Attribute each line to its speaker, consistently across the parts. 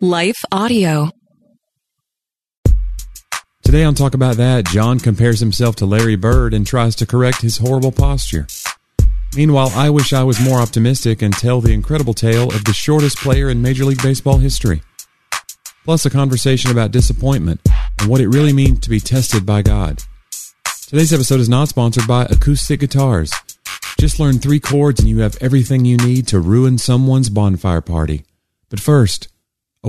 Speaker 1: Life Audio.
Speaker 2: Today on Talk About That, John compares himself to Larry Bird and tries to correct his horrible posture. Meanwhile, I wish I was more optimistic and tell the incredible tale of the shortest player in Major League Baseball history. Plus, a conversation about disappointment and what it really means to be tested by God. Today's episode is not sponsored by Acoustic Guitars. Just learn three chords and you have everything you need to ruin someone's bonfire party. But first, a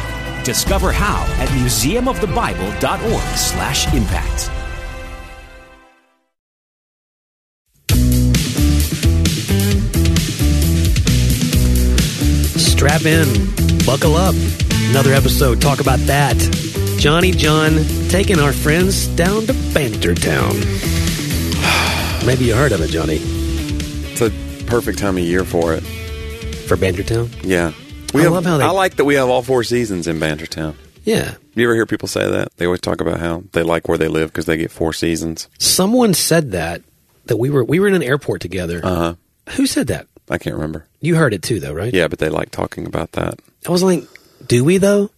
Speaker 3: Discover how at museumofthebible.org/impact.
Speaker 4: Strap in, buckle up. Another episode, talk about that. Johnny John taking our friends down to Banter Town. Maybe you heard of it, Johnny,
Speaker 5: It's a perfect time of year for it.
Speaker 4: for Banter Town.
Speaker 5: Yeah.
Speaker 4: I
Speaker 5: We have,
Speaker 4: love how they-
Speaker 5: I like that we have all four seasons in Bantertown.
Speaker 4: Yeah.
Speaker 5: You ever hear people say that? They always talk about how they like where they live because they get four seasons.
Speaker 4: Someone said that that we were we were in an airport together.
Speaker 5: Uh
Speaker 4: Who said that?
Speaker 5: I can't remember.
Speaker 4: You heard it too, though, right?
Speaker 5: Yeah, but they like talking about that.
Speaker 4: I was like, do we though?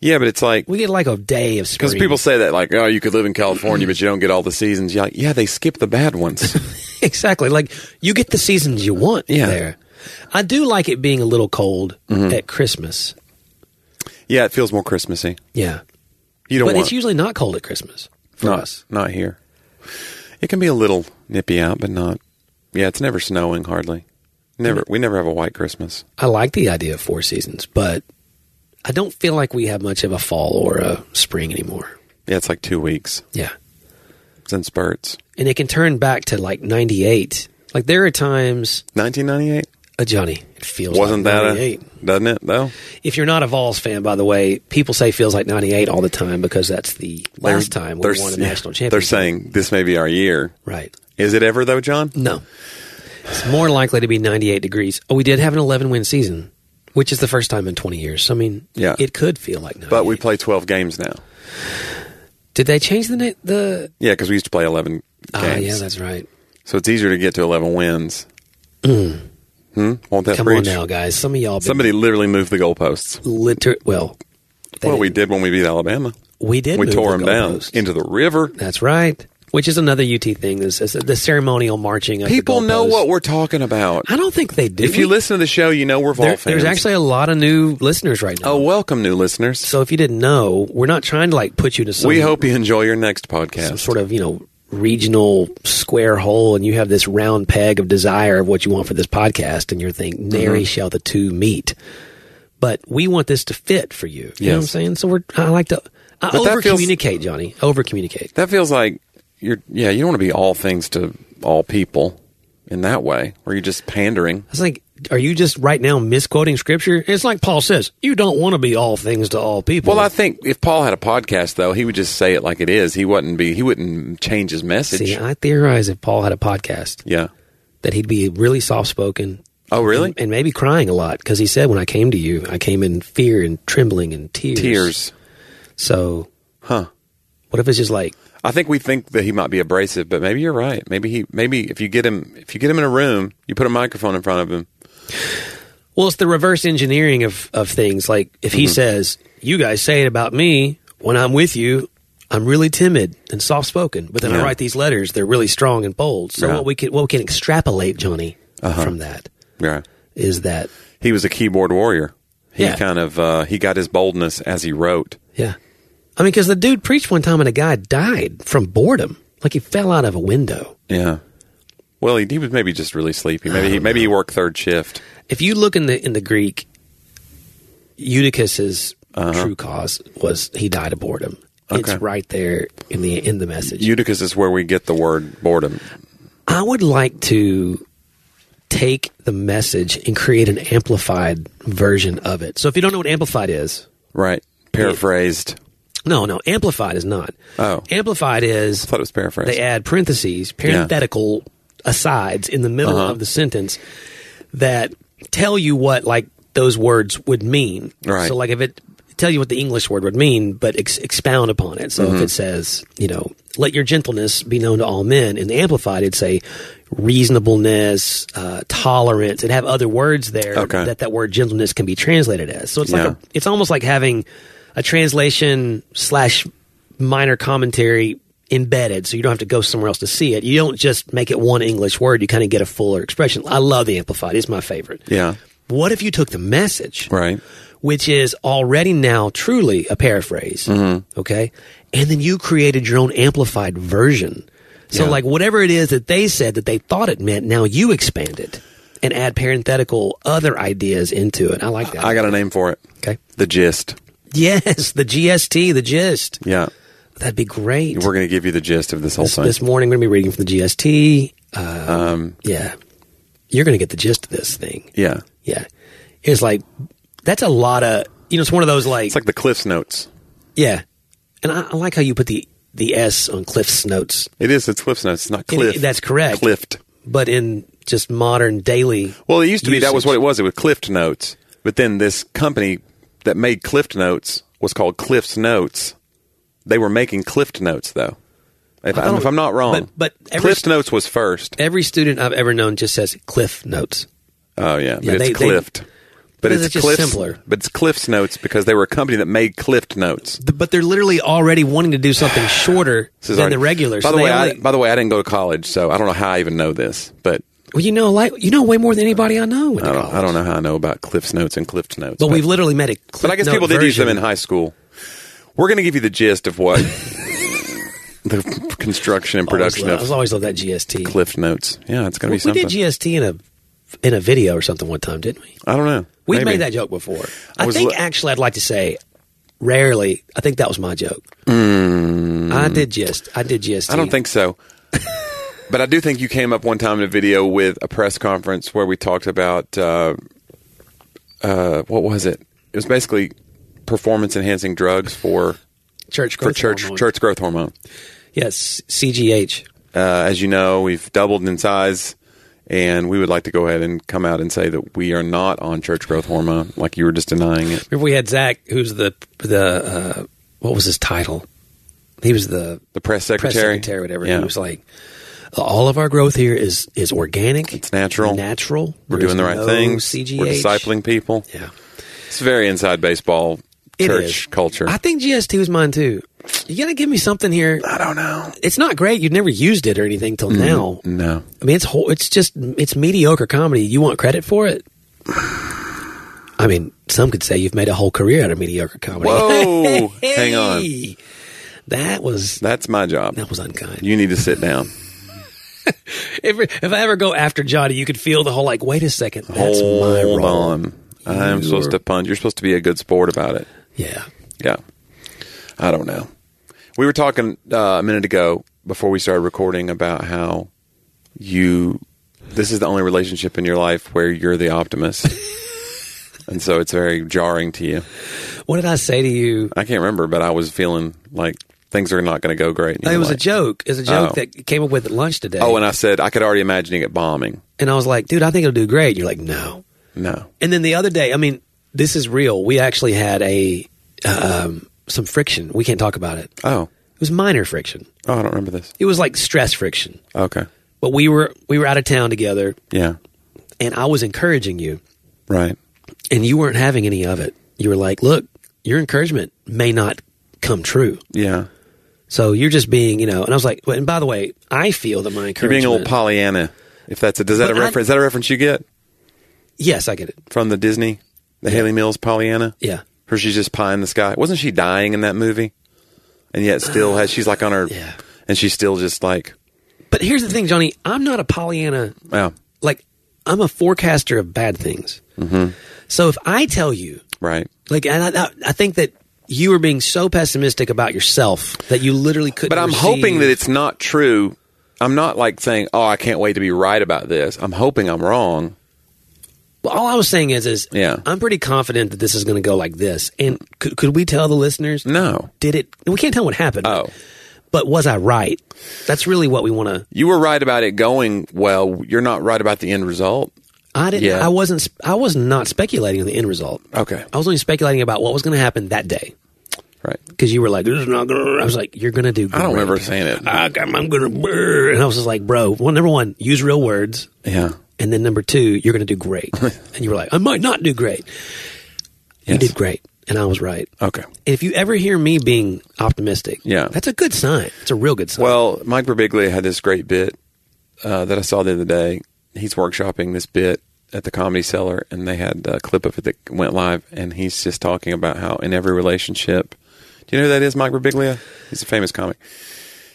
Speaker 5: Yeah, but it's like
Speaker 4: We get like a day of
Speaker 5: because
Speaker 4: spring.
Speaker 5: people say that like, oh, you could live in California, but you don't get all the seasons. You're like, yeah, they skip the bad ones.
Speaker 4: exactly like you get the seasons you want.
Speaker 5: Yeah. Mm-hmm.
Speaker 4: There, I do like it being a little cold at Christmas.
Speaker 5: yeah, it feels more Christmassy.
Speaker 4: Yeah,
Speaker 5: You don't
Speaker 4: but
Speaker 5: want
Speaker 4: it's usually not cold at Christmas for
Speaker 5: not
Speaker 4: us.
Speaker 5: not here. It can be a little nippy out, but not. Yeah, it's never snowing hardly. Never. We never have a white Christmas.
Speaker 4: I like the idea of four seasons, but I don't feel like we have much of a fall or a spring anymore.
Speaker 5: Yeah, it's like two weeks.
Speaker 4: Yeah.
Speaker 5: It's in spurts.
Speaker 4: And it can turn back to like 98. Like there are times,
Speaker 5: 1998
Speaker 4: uh, Johnny, it feels
Speaker 5: wasn't
Speaker 4: like
Speaker 5: that
Speaker 4: 98.
Speaker 5: a doesn't it though?
Speaker 4: if you're not a Vols fan, by the way, people say feels like 98 all the time because that's the last
Speaker 5: They're-
Speaker 4: time we
Speaker 5: they're-
Speaker 4: won a
Speaker 5: yeah,
Speaker 4: national championship.
Speaker 5: They're saying this may be our year.
Speaker 4: Right.
Speaker 5: Is it ever though, John?
Speaker 4: No. It's more likely to be 98 degrees. Oh, we did have an 11 win season, which is the first time in 20 years. So, I mean,
Speaker 5: Yeah.
Speaker 4: it could feel like 98.
Speaker 5: But we play 12 games now.
Speaker 4: Did they change the na- the
Speaker 5: Yeah, because we used to play 11
Speaker 4: Ah,
Speaker 5: games.
Speaker 4: yeah, that's right.
Speaker 5: so it's easier to get to 11 wins. Hmm? Won't that
Speaker 4: Come
Speaker 5: preach?
Speaker 4: on now, guys. Some of y'all been
Speaker 5: Somebody literally moved the goalposts.
Speaker 4: liter- well, they
Speaker 5: Well, we
Speaker 4: didn't-
Speaker 5: did when we beat Alabama.
Speaker 4: we did
Speaker 5: we
Speaker 4: move
Speaker 5: tore
Speaker 4: the
Speaker 5: them down
Speaker 4: goalposts.
Speaker 5: into the river.
Speaker 4: That's right. Which is another UT thing is, is the ceremonial marching. Of the
Speaker 5: People know
Speaker 4: goalposts.
Speaker 5: what we're talking about.
Speaker 4: I don't think they do.
Speaker 5: If you
Speaker 4: We-
Speaker 5: listen to the show, you know we're Vol
Speaker 4: there-
Speaker 5: fans.
Speaker 4: there's actually a lot of new listeners right now.
Speaker 5: oh, welcome new listeners.
Speaker 4: so if you didn't know, we're not trying to like put you to some
Speaker 5: we hope you enjoy your next podcast.
Speaker 4: some sort of you know regional square hole, and you have this round peg of desire of what you want for this podcast, and you're thinking,
Speaker 5: Mm-hmm.
Speaker 4: "Nary shall the two meet." But we want this to fit for you. You know what I'm
Speaker 5: Yes.
Speaker 4: saying? So we're I like to I
Speaker 5: But that
Speaker 4: over communicate, Johnny. Over communicate.
Speaker 5: That feels like you're yeah, you don't want to be all things to all people in that way, where you're just pandering.
Speaker 4: I was like, are you just right now misquoting scripture? It's like Paul says, you don't want to be all things to all people.
Speaker 5: Well, I think if Paul had a podcast though, he would just say it like it is. He wouldn't be he wouldn't change his message.
Speaker 4: see. I theorize if Paul had a podcast
Speaker 5: yeah.
Speaker 4: that he'd be really soft spoken.
Speaker 5: Oh, really?
Speaker 4: And, and maybe crying a lot because he said, when I came to you, I came in fear and trembling and tears.
Speaker 5: Tears.
Speaker 4: So,
Speaker 5: Huh.
Speaker 4: what if it's just like,
Speaker 5: I think we think that he might be abrasive, but maybe you're right. Maybe he maybe if you get him if you get him in a room, you put a microphone in front of him.
Speaker 4: well, it's the reverse engineering of, of things. Like, if
Speaker 5: Mm-hmm.
Speaker 4: he says, you guys say it about me when I'm with you, I'm really timid and soft spoken, but then I
Speaker 5: Yeah.
Speaker 4: write these letters, they're really strong and bold. So,
Speaker 5: Yeah. Uh-huh.
Speaker 4: what, we can, what we can extrapolate, Johnny, from that
Speaker 5: Yeah.
Speaker 4: is that,
Speaker 5: He was a keyboard warrior. He
Speaker 4: Yeah.
Speaker 5: kind of uh, he got his boldness as he wrote.
Speaker 4: yeah, I mean, because the dude preached one time and a guy died from boredom. Like he fell out of a window.
Speaker 5: Yeah. Well, he, he was maybe just really sleepy. Maybe he, maybe he worked third shift.
Speaker 4: If you look in the in the Greek, Eutychus's true cause was he died of boredom.
Speaker 5: Uh-huh. Okay.
Speaker 4: It's right there in the in the message.
Speaker 5: Eutychus is where we get the word boredom.
Speaker 4: I would like to take the message and create an amplified version of it. So if you don't know what amplified is,
Speaker 5: Right. Paraphrased.
Speaker 4: no, no, amplified is not.
Speaker 5: Oh.
Speaker 4: Amplified is
Speaker 5: I thought it was paraphrased.
Speaker 4: they add parentheses, parenthetical asides in the middle
Speaker 5: Uh-huh.
Speaker 4: of the sentence that tell you what like those words would mean.
Speaker 5: Right.
Speaker 4: So like if it tell you what the English word would mean, but ex- expound upon it. So
Speaker 5: Mm-hmm.
Speaker 4: if it says, you know, let your gentleness be known to all men, in the amplified, it'd say reasonableness, uh, tolerance, and have other words there
Speaker 5: Okay.
Speaker 4: that that word gentleness can be translated as. So it's like
Speaker 5: Yeah.
Speaker 4: a, it's almost like having a translation slash minor commentary embedded so you don't have to go somewhere else to see it you don't just make it one english word you kind of get a fuller expression i love the amplified it's my favorite
Speaker 5: yeah.
Speaker 4: what if you took the message
Speaker 5: Right.
Speaker 4: which is already now truly a paraphrase
Speaker 5: Mm-hmm.
Speaker 4: okay and then you created your own amplified version so
Speaker 5: Yeah.
Speaker 4: like whatever it is that they said that they thought it meant now you expand it and add parenthetical other ideas into it i like that
Speaker 5: I got a name for it.
Speaker 4: okay
Speaker 5: The gist.
Speaker 4: yes the gst the gist
Speaker 5: Yeah.
Speaker 4: that'd be great
Speaker 5: We're going to give you the gist of this whole
Speaker 4: this,
Speaker 5: thing.
Speaker 4: this morning we're going to be reading from the GST. Uh,
Speaker 5: um,
Speaker 4: yeah. You're going to get the gist of this thing.
Speaker 5: yeah.
Speaker 4: Yeah. It's like, that's a lot of, you know, it's one of those like,
Speaker 5: It's like the Cliff's Notes.
Speaker 4: yeah. And I, I like how you put the, the S on Cliff's notes,
Speaker 5: It is. It's Cliff's Notes. It's not Cliff.
Speaker 4: that's correct.
Speaker 5: Clift.
Speaker 4: but in just modern daily.
Speaker 5: Well, it used to be that was
Speaker 4: usage.
Speaker 5: what it was. It was Clift Notes. But then this company that made Clift Notes was called Cliff's Notes. They were making Clift Notes, though. If, I'm,
Speaker 4: thought-
Speaker 5: if I'm not wrong.
Speaker 4: but- but every-
Speaker 5: Clift Notes was first.
Speaker 4: Every student I've ever known just says Cliff notes.
Speaker 5: Oh, yeah. But
Speaker 4: Yeah,
Speaker 5: it's
Speaker 4: they- they-
Speaker 5: Clift. but
Speaker 4: because
Speaker 5: it's
Speaker 4: it's just
Speaker 5: Cliff's,
Speaker 4: simpler.
Speaker 5: But it's Cliff's Notes because they were a company that made Clift Notes.
Speaker 4: Th- But they're literally already wanting to do something shorter
Speaker 5: This is
Speaker 4: than
Speaker 5: already-
Speaker 4: the regular.
Speaker 5: By
Speaker 4: So
Speaker 5: the
Speaker 4: they
Speaker 5: way, I,
Speaker 4: only-
Speaker 5: by the way, I didn't go to college, so I don't know how I even know this. But
Speaker 4: well, you know, like you know way more than anybody I know.
Speaker 5: I don't, I don't know how I know about Cliff's Notes and Clift Notes.
Speaker 4: But we've literally met a.
Speaker 5: But I guess people did use them in high school. We're going to give you the gist of what the construction and production
Speaker 4: Always love, I
Speaker 5: of
Speaker 4: always love that GST.
Speaker 5: Cliff Notes. Yeah, it's going to
Speaker 4: we,
Speaker 5: be something.
Speaker 4: did GST in a in a video or something one time, didn't we?
Speaker 5: I don't know.
Speaker 4: We
Speaker 5: Maybe.
Speaker 4: made that joke before. I,
Speaker 5: was
Speaker 4: think
Speaker 5: li-
Speaker 4: actually, I'd like to say, rarely. I think that was my joke. I did GST. I did GST.
Speaker 5: Mm. I don't think so. but I do think you came up one time in a video with a press conference where we talked about uh, uh, what was it? It was basically performance enhancing drugs for
Speaker 4: church
Speaker 5: for
Speaker 4: growth
Speaker 5: church
Speaker 4: hormone.
Speaker 5: church growth hormone.
Speaker 4: Yes, CGH.
Speaker 5: Uh, as you know, we've doubled in size, and we would like to go ahead and come out and say that we are not on church growth hormone, like you were just denying it.
Speaker 4: Remember we had Zach, who's the the uh, what was his title? He was the
Speaker 5: The press
Speaker 4: press
Speaker 5: secretary,
Speaker 4: secretary, or whatever.
Speaker 5: Yeah.
Speaker 4: He was like, "All of our growth here is is organic. It's
Speaker 5: natural.
Speaker 4: Natural.
Speaker 5: we're
Speaker 4: There
Speaker 5: doing
Speaker 4: is
Speaker 5: the right
Speaker 4: no
Speaker 5: things.
Speaker 4: CGH.
Speaker 5: We're discipling people.
Speaker 4: Yeah,
Speaker 5: It's very inside baseball
Speaker 4: It
Speaker 5: church
Speaker 4: is.
Speaker 5: culture.
Speaker 4: I think GST was mine too. You gotta give me something here.
Speaker 5: I don't know.
Speaker 4: It's not great. You've never used it or anything till
Speaker 5: Mm-hmm.
Speaker 4: now.
Speaker 5: No.
Speaker 4: I mean, it's whole, it's just it's mediocre comedy. You want credit for it? I mean, some could say you've made a whole career out of mediocre comedy.
Speaker 5: Whoa! Oh, Hang on.
Speaker 4: Hey, that was
Speaker 5: That's my job.
Speaker 4: that was unkind.
Speaker 5: You need to sit down.
Speaker 4: If, if I ever go after Johnny, you could feel the whole like, wait a second, that's my
Speaker 5: Hold
Speaker 4: role.
Speaker 5: on. I'm supposed to punch. You're supposed to be a good sport about it.
Speaker 4: Yeah,
Speaker 5: Yeah. I don't know. We were talking uh, a minute ago before we started recording about how you this is the only relationship in your life where you're the optimist. and so it's very jarring to you.
Speaker 4: what did I say to you?
Speaker 5: I can't remember, but I was feeling like things are not going to go great. And
Speaker 4: It
Speaker 5: you're
Speaker 4: was a
Speaker 5: like-
Speaker 4: joke. It was a joke
Speaker 5: Oh.
Speaker 4: that came up with at lunch today.
Speaker 5: Oh, and I said I could already imagine it bombing.
Speaker 4: and I was like, dude, I think it'll do great. You're like, no.
Speaker 5: No.
Speaker 4: And then the other day, I mean, this is real. We actually had a um, some friction. We can't talk about it.
Speaker 5: Oh.
Speaker 4: It was minor friction.
Speaker 5: Oh, I don't remember this.
Speaker 4: It was like stress friction.
Speaker 5: Okay.
Speaker 4: But we were we were out of town together,
Speaker 5: Yeah.
Speaker 4: and I was encouraging you,
Speaker 5: Right.
Speaker 4: and you weren't having any of it. You were like, look, your encouragement may not come true.
Speaker 5: Yeah.
Speaker 4: So you're just being, you know. And I was like, well, and by the way, I feel that my encouragement.
Speaker 5: You're being a little Pollyanna. If that's a does that
Speaker 4: But
Speaker 5: a
Speaker 4: I-
Speaker 5: reference? is that a reference you get?
Speaker 4: yes, I get it.
Speaker 5: from the Disney, the Haley Mills Pollyanna,
Speaker 4: Yeah.
Speaker 5: where she's just pie in the sky. Wasn't she dying in that movie? and yet still has she's like on her,
Speaker 4: Yeah.
Speaker 5: and she's still just like,
Speaker 4: But here's the thing, Johnny. I'm not a Pollyanna.
Speaker 5: yeah,
Speaker 4: Like, I'm a forecaster of bad things.
Speaker 5: Mm-hmm.
Speaker 4: So if I tell you,
Speaker 5: right.
Speaker 4: like, and I, I think that you were being so pessimistic about yourself that you literally couldn't.
Speaker 5: But I'm
Speaker 4: receive-
Speaker 5: hoping that it's not true. I'm not like saying, oh, I can't wait to be right about this. I'm hoping I'm wrong.
Speaker 4: Well, all I was saying is, is
Speaker 5: Yeah.
Speaker 4: I'm pretty confident that this is going to go like this. And could, could we tell the listeners?
Speaker 5: No.
Speaker 4: Did it? We can't tell what happened.
Speaker 5: Oh.
Speaker 4: But was I right? That's really what we want to.
Speaker 5: You were right about it going well. You're not right about the end result.
Speaker 4: I didn't.
Speaker 5: Yeah. Oh.
Speaker 4: I wasn't. sp- I was not speculating on the end result.
Speaker 5: Okay.
Speaker 4: I was only speculating about what was going to happen that day.
Speaker 5: Right.
Speaker 4: Because you were like, "This is not gonna." I was like, "You're gonna do." Great.
Speaker 5: I don't remember saying it.
Speaker 4: I, am I'm gonna. brr." And I was just like, "Bro, well, number one, use real words,
Speaker 5: Yeah.
Speaker 4: and then number two, you're gonna do great." and you were like, "I might not do great." You
Speaker 5: Yes.
Speaker 4: did great, and I was right.
Speaker 5: Okay.
Speaker 4: If you ever hear me being optimistic,
Speaker 5: Yeah.
Speaker 4: that's a good sign. It's a real good sign.
Speaker 5: Well, Mike Birbiglia had this great bit uh, that I saw the other day. He's workshopping this bit at the Comedy Cellar, and they had a clip of it that went live. And he's just talking about how in every relationship, do you know who that is? Mike Birbiglia. He's a famous comic.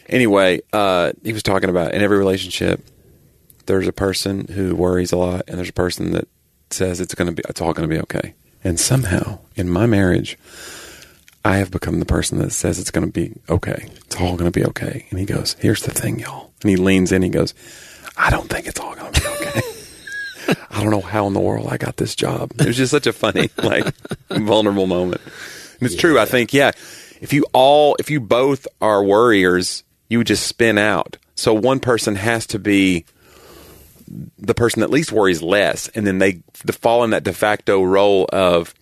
Speaker 5: Anyway, uh, he was talking about in every relationship, there's a person who worries a lot, and there's a person that says it's going to be it's all going to be okay. And somehow, in my marriage, I have become the person that says it's going to be okay. It's all going to be okay. And he goes, Here's the thing, y'all. And he leans in. He goes, I don't think it's all going to be okay. I don't know how in the world I got this job. It was just such a funny, like, vulnerable moment. And it's true. I think, yeah, if you all, if you both are worriers, you would just spin out. So one person has to be the person that least worries less. And then they fall in that de facto role of,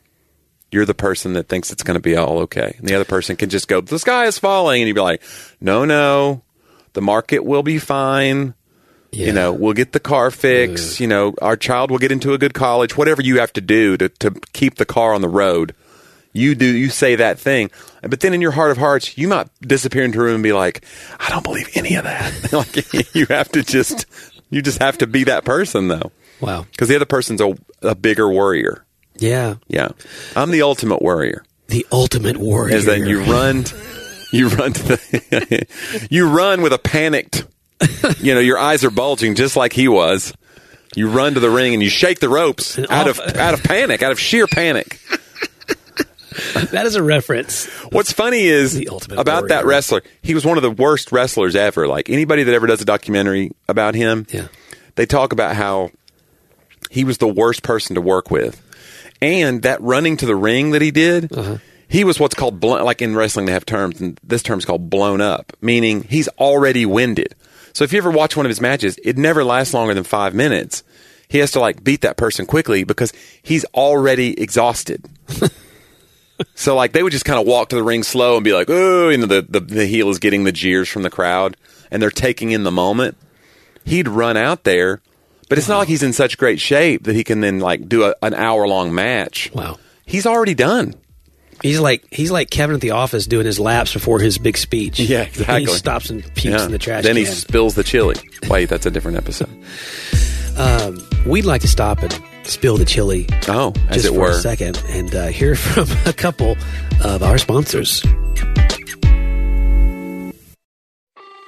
Speaker 5: you're the person that thinks it's going to be all okay. And the other person can just go, the sky is falling. And you'd be like, no, no, the market will be fine. You know, we'll get the car fixed. You know, our child will get into a good college. Whatever you have to do to, to keep the car on the road, you do, you say that thing. But then in your heart of hearts, you might disappear into a room and be like, I don't believe any of that. like, you have to just, you just have to be that person though.
Speaker 4: wow.
Speaker 5: Because the other person's a, a bigger worrier.
Speaker 4: Yeah.
Speaker 5: Yeah, I'm the ultimate warrior.
Speaker 4: The ultimate warrior
Speaker 5: Is that you run, you run to the, you run with a panicked, you know, your eyes are bulging just like he was. You run to the ring and you shake the ropes out of out of panic, out of sheer panic.
Speaker 4: that is a reference.
Speaker 5: What's funny is
Speaker 4: The ultimate
Speaker 5: about that
Speaker 4: warrior.
Speaker 5: wrestler. He was one of the worst wrestlers ever. Like anybody that ever does a documentary about him,
Speaker 4: Yeah.
Speaker 5: they talk about how he was the worst person to work with. And that running to the ring that he did,
Speaker 4: Uh-huh.
Speaker 5: he was what's called blown. Like in wrestling, they have terms, and this term's called blown up, meaning he's already winded. So if you ever watch one of his matches, it never lasts longer than five minutes. He has to like beat that person quickly because he's already exhausted. So like they would just kind of walk to the ring slow and be like, oh, you know, the, the the heel is getting the jeers from the crowd and they're taking in the moment. He'd run out there, but it's not like he's in such great shape that he can then like do a, an hour long match.
Speaker 4: Wow.
Speaker 5: he's already done.
Speaker 4: He's like he's like Kevin at the office doing his laps before his big speech.
Speaker 5: Yeah,
Speaker 4: He
Speaker 5: exactly.
Speaker 4: stops and pukes
Speaker 5: Yeah.
Speaker 4: in the trash
Speaker 5: Then he
Speaker 4: can.
Speaker 5: spills the chili. Wait, that's a different episode.
Speaker 4: We'd like to stop and spill the chili,
Speaker 5: Oh, as
Speaker 4: just
Speaker 5: it
Speaker 4: for
Speaker 5: were.
Speaker 4: a second, and uh, hear from a couple of our sponsors.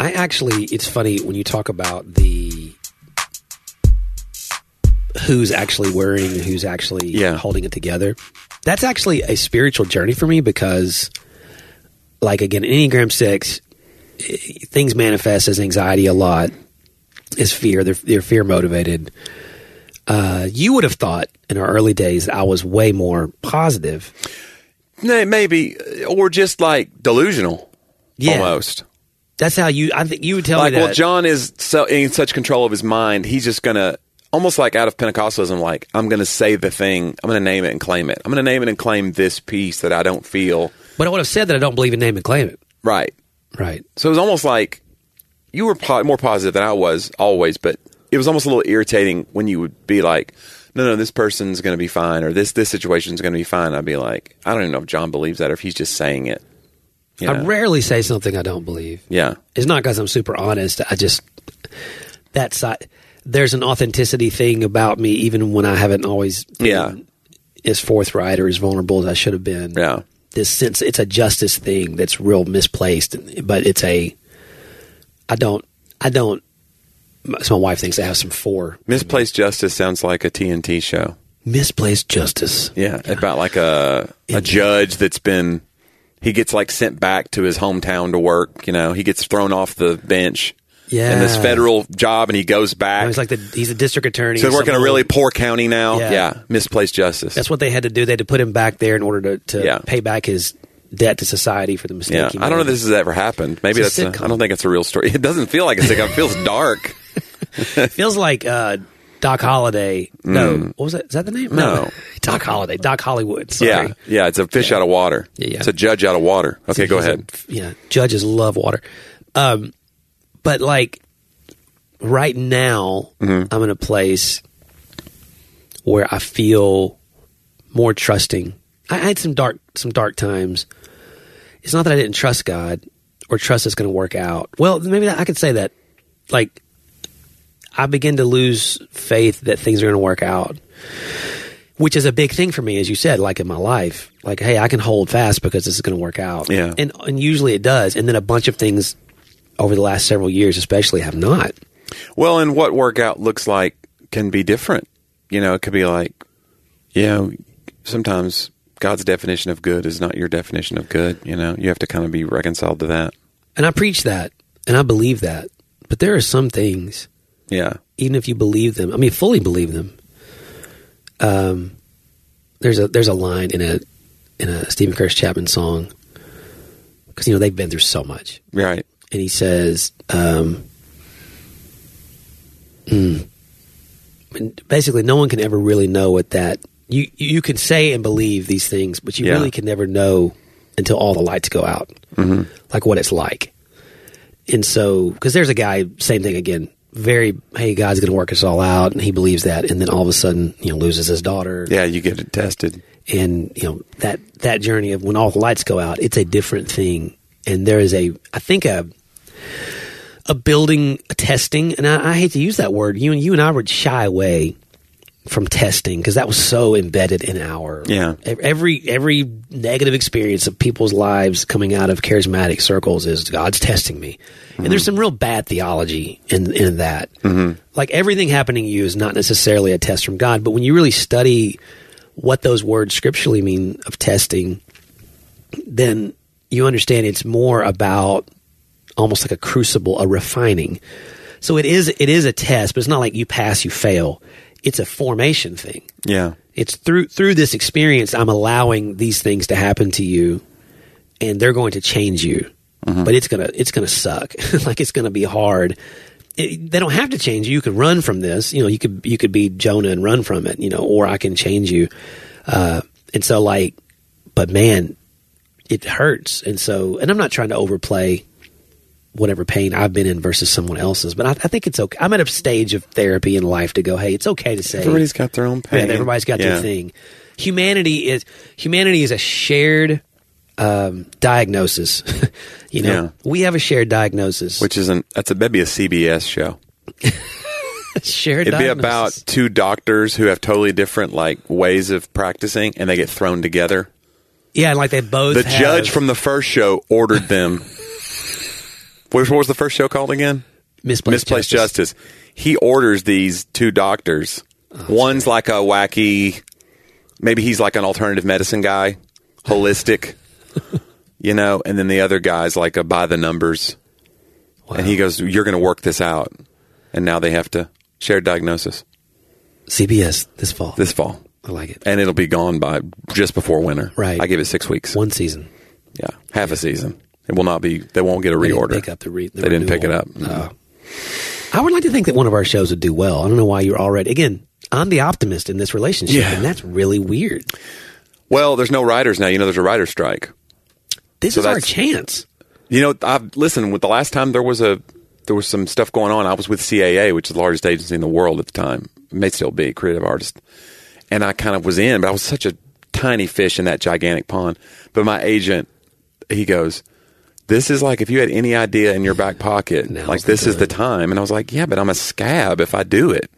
Speaker 4: I actually, it's funny when you talk about the who's actually worrying, who's actually
Speaker 5: Yeah.
Speaker 4: holding it together. That's actually a spiritual journey for me because, like, again, Enneagram 6, eh, things manifest as anxiety a lot, is fear. They're, they're fear motivated. Uh, you would have thought in our early days that I was way more positive.
Speaker 5: Nay, Maybe, or just like delusional,
Speaker 4: Yeah.
Speaker 5: almost.
Speaker 4: That's how you, I think you would tell
Speaker 5: like,
Speaker 4: me that.
Speaker 5: well, John is so in such control of his mind, he's just gonna almost like out of Pentecostalism, like I'm gonna say the thing, I'm gonna name it and claim it. I'm gonna name it and claim this piece that I don't feel
Speaker 4: but I would have said that I don't believe in name and claim it.
Speaker 5: right.
Speaker 4: Right.
Speaker 5: So it was almost like you were po- more positive than I was always, but it was almost a little irritating when you would be like, "No, no, this person's going to be fine," or "This this situation's going to be fine." I'd be like, "I don't even know if John believes that, or if he's just saying it." You
Speaker 4: I
Speaker 5: know?
Speaker 4: rarely say something I don't believe.
Speaker 5: yeah,
Speaker 4: It's not because I'm super honest. I just that side. There's an authenticity thing about me, even when I haven't always been
Speaker 5: Yeah.
Speaker 4: as forthright or as vulnerable as I should have been.
Speaker 5: Yeah.
Speaker 4: This sense it's a justice thing that's real misplaced, but it's a I don't I don't. So my wife thinks I have some four
Speaker 5: misplaced justice sounds like a TNT show.
Speaker 4: misplaced justice.
Speaker 5: Yeah, about like a a judge that's been he gets like sent back to his hometown to work. You know, he gets thrown off the bench.
Speaker 4: Yeah.
Speaker 5: in this federal job, and he goes back.
Speaker 4: And he's like the he's a district attorney.
Speaker 5: So they work in a
Speaker 4: Someone-
Speaker 5: really poor county now.
Speaker 4: Yeah.
Speaker 5: Yeah, misplaced justice.
Speaker 4: That's what they had to do. They had to put him back there in order to, to
Speaker 5: Yeah.
Speaker 4: pay back his debt to society for the mistake.
Speaker 5: yeah,
Speaker 4: he
Speaker 5: I don't know if
Speaker 4: made.
Speaker 5: this has ever happened. Maybe
Speaker 4: It's
Speaker 5: that's.
Speaker 4: a
Speaker 5: I I
Speaker 4: sitcom.
Speaker 5: don't think it's a real story. It doesn't feel like a sitcom. It feels dark.
Speaker 4: feels like uh, Doc Holliday. No, what was that? Is that the name?
Speaker 5: Hmm. No.
Speaker 4: Doc Holliday. Doc Hollywood. Sorry.
Speaker 5: Yeah, yeah. It's a fish out of water.
Speaker 4: Yeah, yeah.
Speaker 5: It's a judge out of water. Okay, go
Speaker 4: He's a-
Speaker 5: ahead.
Speaker 4: yeah, judges love water. Um, but like right now,
Speaker 5: Mm-hmm.
Speaker 4: I'm in a place where I feel more trusting. I I had some dark some dark times. It's not that I didn't trust God or trust it's going to work out. Well, maybe that, I could say that. Like, I begin to lose faith that things are going to work out which is a big thing for me, as you said, like in my life, like, hey, I can hold fast because this is going to work out.
Speaker 5: Yeah.
Speaker 4: And, and usually it does. And then a bunch of things over the last several years, especially, have not.
Speaker 5: Well, and what workout looks like can be different. You know, it could be like, you know, sometimes God's definition of good is not your definition of good. You know, you have to kind of be reconciled to that.
Speaker 4: And I preach that and I believe that. But there are some things,
Speaker 5: Yeah,
Speaker 4: even if you believe them, I mean, fully believe them. Um, there's a there's a line in a in a Stephen Curtis Chapman song because you know they've been through so much.
Speaker 5: right.
Speaker 4: and he says, um, hmm. And basically, no one can ever really know what that you you can say and believe these things, but you
Speaker 5: Yeah.
Speaker 4: really can never know until all the lights go out, mm-hmm. like what it's like. And so, because there's a guy, same thing again. Very, hey, God's going to work us all out, and he believes that, and then all of a sudden, you know, loses his daughter,
Speaker 5: Yeah, you get it tested.
Speaker 4: and you know that that journey of when all the lights go out it's a different thing and there is a i think a a building a testing and I, I hate to use that word you and you and i would shy away from testing because that was so embedded in our
Speaker 5: Yeah.
Speaker 4: ev- every every negative experience of people's lives coming out of charismatic circles is god's testing me and there's some real bad theology in in that like everything happening to you is not necessarily a test from god but when you really study what those words scripturally mean of testing, then you understand it's more about almost like a crucible, a refining. So it is it is a test, but it's not like you pass, you fail. It's a formation thing.
Speaker 5: Yeah.
Speaker 4: It's through through this experience I'm allowing these things to happen to you and they're going to change you. But it's gonna it's gonna suck. like it's gonna be hard. It, they don't have to change you. You could run from this. You know, you could you could be Jonah and run from it. You know, or I can change you. Uh, and so, like, but man, it hurts. And so, and I'm not trying to overplay whatever pain I've been in versus someone else's. But I, I think it's okay. I'm at a stage of therapy in life to go, hey, it's okay to say
Speaker 5: Everybody's got their own pain.
Speaker 4: yeah, everybody's got
Speaker 5: Yeah.
Speaker 4: their thing. Humanity is humanity is a shared um, diagnosis. you know,
Speaker 5: Yeah.
Speaker 4: we have a shared diagnosis.
Speaker 5: Which isn't that's a maybe a CBS show.
Speaker 4: shared
Speaker 5: It'd be about
Speaker 4: diagnosis.
Speaker 5: two doctors who have totally different like ways of practicing, and they get thrown together.
Speaker 4: yeah, like they both.
Speaker 5: The
Speaker 4: have-
Speaker 5: judge from the first show ordered them. What what was the first show called again?
Speaker 4: misplaced,
Speaker 5: Misplaced Justice.
Speaker 4: Oh,
Speaker 5: He orders these two doctors. One's like a wacky maybe he's like an alternative medicine guy, holistic, you know, and then the other guy's like a by the numbers. And he goes, You're going to work this out. And now they have to share diagnosis
Speaker 4: CBS this fall.
Speaker 5: this fall.
Speaker 4: I like it.
Speaker 5: And it'll be gone by just before winter.
Speaker 4: Right.
Speaker 5: I give it six weeks.
Speaker 4: One season.
Speaker 5: Yeah. Half a season. It will not be, they won't get a
Speaker 4: They didn't
Speaker 5: reorder.
Speaker 4: Pick up the re- the
Speaker 5: they didn't pick it
Speaker 4: renewal.
Speaker 5: up.
Speaker 4: Uh, I would like to think that one of our shows would do well. I don't know why you're already. Again, I'm the optimist in this relationship,
Speaker 5: Yeah.
Speaker 4: and that's really weird.
Speaker 5: Well, there's no writers now. You know, there's a writer's strike.
Speaker 4: This
Speaker 5: So
Speaker 4: is our
Speaker 5: that's-
Speaker 4: chance.
Speaker 5: You know, I've listened. With the last time there was a there was some stuff going on. I was with CAA, which is the largest agency in the world at the time. It may still be creative artist, and I kind of was in, but I was such a tiny fish in that gigantic pond. But my agent, he goes, "This is like if you had any idea in your back pocket,
Speaker 4: Now's
Speaker 5: like
Speaker 4: the
Speaker 5: this is
Speaker 4: time."
Speaker 5: the time." And I was like, "Yeah, but I'm a scab if I do it."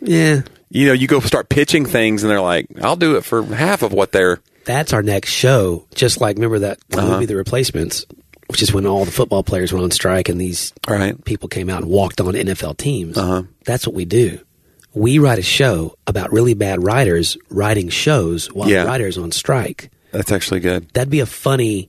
Speaker 4: Yeah,
Speaker 5: You know, you go start pitching things, and they're like, "I'll do it for half of what they're."
Speaker 4: that's our next show. Just like remember that
Speaker 5: Uh-huh.
Speaker 4: movie, The Replacements, which is when all the football players went on strike and these
Speaker 5: All right.
Speaker 4: people came out and walked on NFL teams.
Speaker 5: Uh-huh.
Speaker 4: That's what we do. We write a show about really bad writers writing shows while
Speaker 5: Yeah.
Speaker 4: the writers on strike.
Speaker 5: That's actually good.
Speaker 4: That'd be a funny.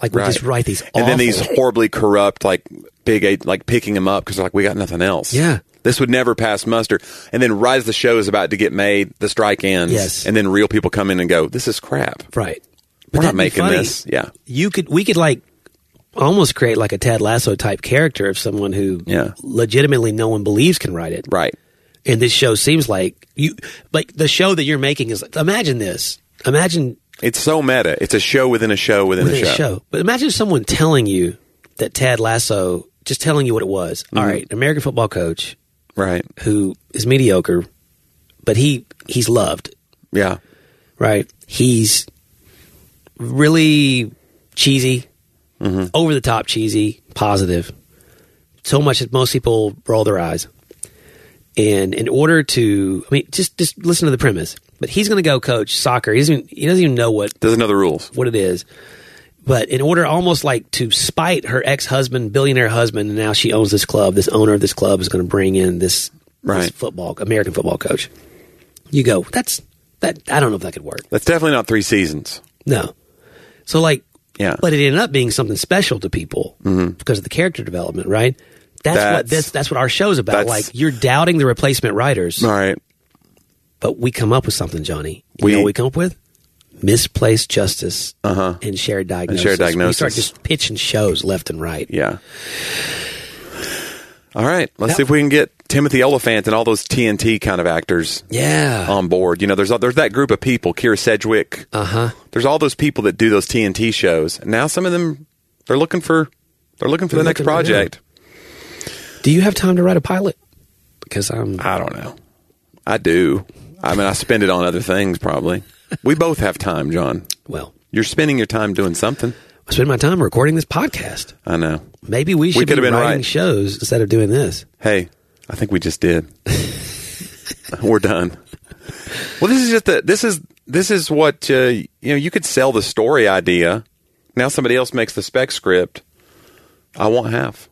Speaker 4: Like we
Speaker 5: Right.
Speaker 4: just write these,
Speaker 5: and then these
Speaker 4: awful-
Speaker 5: horribly corrupt like big eight like picking them up because like we got nothing else
Speaker 4: Yeah.
Speaker 5: this would never pass muster and then right as the show is about to get made the strike ends
Speaker 4: Yes.
Speaker 5: and then real people come in and go this is crap
Speaker 4: right.
Speaker 5: we're
Speaker 4: that'd
Speaker 5: not
Speaker 4: be
Speaker 5: making
Speaker 4: funny.
Speaker 5: this yeah
Speaker 4: You could, we could like almost create like a Tad Lasso type character of someone who,
Speaker 5: Yeah.
Speaker 4: legitimately no one believes can write it.
Speaker 5: right
Speaker 4: And this show seems like you, like the show that you're making is. Imagine this. Imagine
Speaker 5: it's so meta it's a show within a show within,
Speaker 4: within
Speaker 5: a show,
Speaker 4: But imagine someone telling you that Tad Lasso, just telling you what it was. All
Speaker 5: Mm-hmm.
Speaker 4: right, American football coach
Speaker 5: right
Speaker 4: who is mediocre, but he he's loved,
Speaker 5: yeah
Speaker 4: right? He's really cheesy, over the top cheesy, positive. So much that most people roll their eyes. And in order to, I mean, just just listen to the premise. But he's going to go coach soccer. He doesn't even, he doesn't even know what
Speaker 5: there's another rules
Speaker 4: what it is. But in order almost like to spite her ex husband, billionaire husband, and now she owns this club, this owner of this club is going to bring in this, this
Speaker 5: Right.
Speaker 4: football, American football coach. You go, that's that, I don't know if that could work.
Speaker 5: that's definitely not three seasons
Speaker 4: No. So, like,
Speaker 5: Yeah. Mm-hmm.
Speaker 4: but it ended up being something special to people because of the character development, right? That's, what
Speaker 5: That's-
Speaker 4: this, that's what our show's about.
Speaker 5: that's-
Speaker 4: Like, you're doubting the replacement writers,
Speaker 5: all right
Speaker 4: but we come up with something, Johnny. You
Speaker 5: We-
Speaker 4: know what we come up with? Misplaced justice and shared diagnosis.
Speaker 5: Uh-huh. shared diagnosis.
Speaker 4: We start just pitching shows left and right.
Speaker 5: yeah all right let's
Speaker 4: That-
Speaker 5: see if we can get timothy oliphant and all those tnt kind of actors
Speaker 4: Yeah.
Speaker 5: on board. You know, there's there's that group of people, Kira Sedgwick. Uh
Speaker 4: Uh-huh.
Speaker 5: huh. There's all those people that do those TNT shows. And now some of them they're looking for they're looking for
Speaker 4: They're
Speaker 5: the next
Speaker 4: looking for
Speaker 5: project.
Speaker 4: Do you have time to write a pilot? Because I'm.
Speaker 5: I don't know. I do. I mean, I spend it on other things probably. We both have time, John.
Speaker 4: Well,
Speaker 5: You're spending your time doing something.
Speaker 4: I spend my time recording this podcast.
Speaker 5: I know.
Speaker 4: Maybe we should be
Speaker 5: could've been
Speaker 4: writing
Speaker 5: right.
Speaker 4: shows instead of doing this.
Speaker 5: Hey, I think we just did. We're done. Well, this is just the this is this is what uh, you know. You could sell the story idea. Now somebody else makes the spec script. I want half.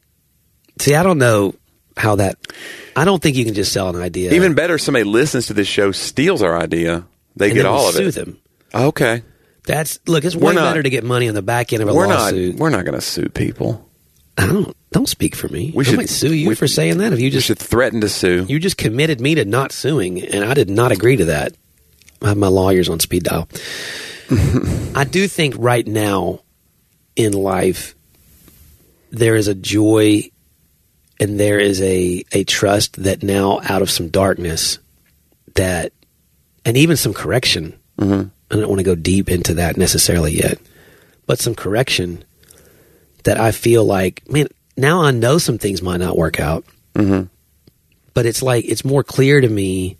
Speaker 4: See, I don't know how that. I don't think you can just sell an idea.
Speaker 5: Even better, somebody listens to this show, steals our idea. They
Speaker 4: and
Speaker 5: get
Speaker 4: then
Speaker 5: all
Speaker 4: we'll
Speaker 5: of
Speaker 4: sue
Speaker 5: it.
Speaker 4: them.
Speaker 5: Okay,
Speaker 4: That's look. It's
Speaker 5: We're
Speaker 4: way
Speaker 5: not-
Speaker 4: better to get money on the back end of a
Speaker 5: we're
Speaker 4: lawsuit.
Speaker 5: not we're not going to sue people.
Speaker 4: I don't. Don't speak for me.
Speaker 5: We
Speaker 4: I
Speaker 5: should-
Speaker 4: might sue you
Speaker 5: we-
Speaker 4: for saying that. If you
Speaker 5: You
Speaker 4: just
Speaker 5: should threaten to sue.
Speaker 4: you just committed me to not suing, and I did not agree to that. I have my lawyers on speed dial. I do think right now in life there is a joy and there is a a trust that now out of some darkness that and even some correction. I don't want to go deep into that necessarily yet, but some correction that I feel like, man, now I know some things might not work out but it's like it's more clear to me.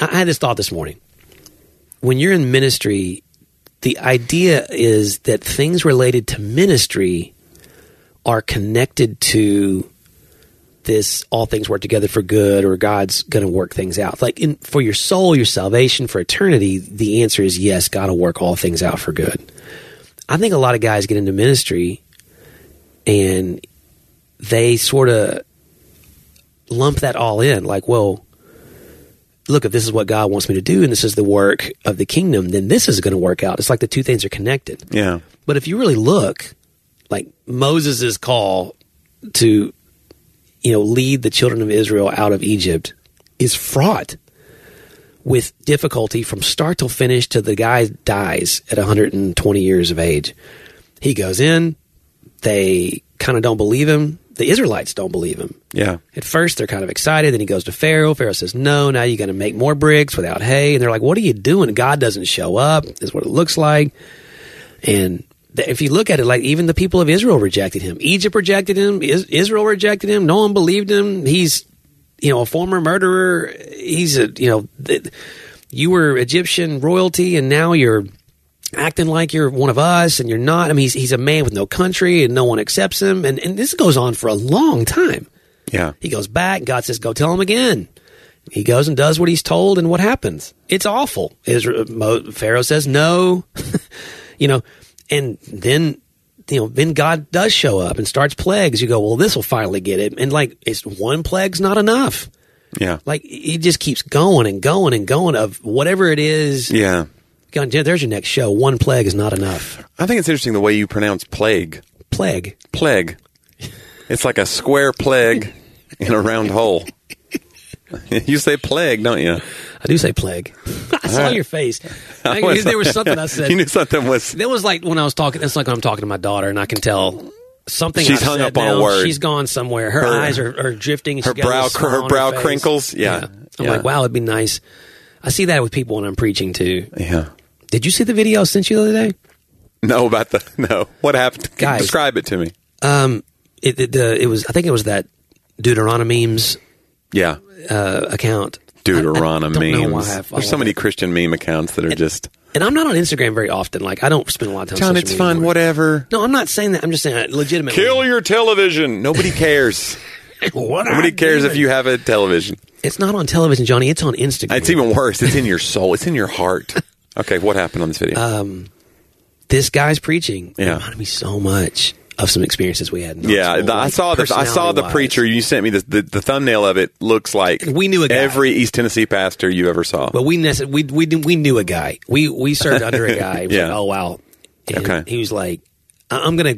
Speaker 4: I I had this thought this morning. When you're in ministry, the idea is that things related to ministry are connected to this all things work together for good or God's going to work things out. Like in for your soul, your salvation, for eternity, the answer is yes, God will work all things out for good. I think a lot of guys get into ministry and they sort of lump that all in like well look, if this is what God wants me to do and this is the work of the kingdom, then this is going to work out. It's like the two things are connected.
Speaker 5: Yeah.
Speaker 4: But if you really look, like Moses' call to, you know, lead the children of Israel out of Egypt is fraught with difficulty from start till finish till the guy dies at 120 years of age. He goes in, they kind of don't believe him. The Israelites don't believe him.
Speaker 5: Yeah.
Speaker 4: At first, they're kind of excited. Then he goes to Pharaoh. Pharaoh says, No, now you're going to make more bricks without hay. And they're like, What are you doing? God doesn't show up, is what it looks like. And th- if you look at it, like even the people of Israel rejected him. Egypt rejected him. Is- Israel rejected him. No one believed him. He's, you know, a former murderer. He's a, you know, th- you were Egyptian royalty and now you're acting like you're one of us and you're not. I mean, he's, he's a man with no country and no one accepts him. And, and this goes on for a long time.
Speaker 5: Yeah.
Speaker 4: He goes back. and God says, "Go tell him again." He goes and does what he's told, and what happens? It's awful. Israel, Mo, Pharaoh says no, you know, and then you know, then God does show up and starts plagues. You go, well, this will finally get it, and like it's one plague's not enough.
Speaker 5: Yeah.
Speaker 4: Like it just keeps going and going and going of whatever it is.
Speaker 5: Yeah.
Speaker 4: God, There's your next show. One plague is not enough.
Speaker 5: I think it's interesting the way you pronounce plague.
Speaker 4: Plague.
Speaker 5: Plague. It's like a square plague in a round hole. you say plague, don't you?
Speaker 4: I do say plague. I saw
Speaker 5: right.
Speaker 4: your face. I knew there was something I said.
Speaker 5: you knew something was.
Speaker 4: That was like when I was talking. That's like when I'm talking to my daughter, and I can tell something.
Speaker 5: She's
Speaker 4: I've
Speaker 5: hung
Speaker 4: said
Speaker 5: up on a
Speaker 4: now,
Speaker 5: word.
Speaker 4: She's gone somewhere. Her,
Speaker 5: Her-
Speaker 4: eyes are, are drifting. She's
Speaker 5: her
Speaker 4: got a
Speaker 5: brow
Speaker 4: little smile
Speaker 5: cr- her
Speaker 4: on
Speaker 5: brow
Speaker 4: face.
Speaker 5: crinkles. Yeah.
Speaker 4: I'm
Speaker 5: Yeah.
Speaker 4: like, wow, it'd be nice. I see that with people when I'm preaching too.
Speaker 5: Yeah.
Speaker 4: Did you see the video I sent you the other day?
Speaker 5: No, about the. No. What happened?
Speaker 4: Guys.
Speaker 5: Describe it to me.
Speaker 4: Um, it it, uh, it was I think it was that Deuteronomemes
Speaker 5: Yeah.
Speaker 4: uh, account.
Speaker 5: Deuteronomy.
Speaker 4: I don't know why I
Speaker 5: memes.
Speaker 4: follow
Speaker 5: There's so many Christian meme accounts that are just.
Speaker 4: And I'm not on Instagram very often. Like I don't spend a lot of time. on
Speaker 5: John,
Speaker 4: social
Speaker 5: it's
Speaker 4: media
Speaker 5: fun,
Speaker 4: anymore.
Speaker 5: whatever.
Speaker 4: No, I'm not saying that. I'm just saying I legitimately.
Speaker 5: Kill your television. Nobody cares.
Speaker 4: what?
Speaker 5: Nobody
Speaker 4: I
Speaker 5: cares
Speaker 4: do.
Speaker 5: if you have a television.
Speaker 4: It's not on television, Johnny. It's on Instagram.
Speaker 5: It's even worse. It's in your soul. It's in your heart. Okay, what happened on this video?
Speaker 4: this guy's preaching
Speaker 5: Yeah.
Speaker 4: reminded me so much of some experiences we had. In
Speaker 5: yeah,
Speaker 4: Knoxville,
Speaker 5: the, I
Speaker 4: like,
Speaker 5: saw the I saw the
Speaker 4: personality-wise.
Speaker 5: preacher. You sent me the, the the thumbnail of it. Looks like
Speaker 4: We knew a guy.
Speaker 5: every East Tennessee pastor you ever saw.
Speaker 4: but we nece- we we didn't- we knew a guy. We we served under a guy. It was
Speaker 5: Yeah.
Speaker 4: like, oh wow. And
Speaker 5: Okay.
Speaker 4: He was like, I- I'm gonna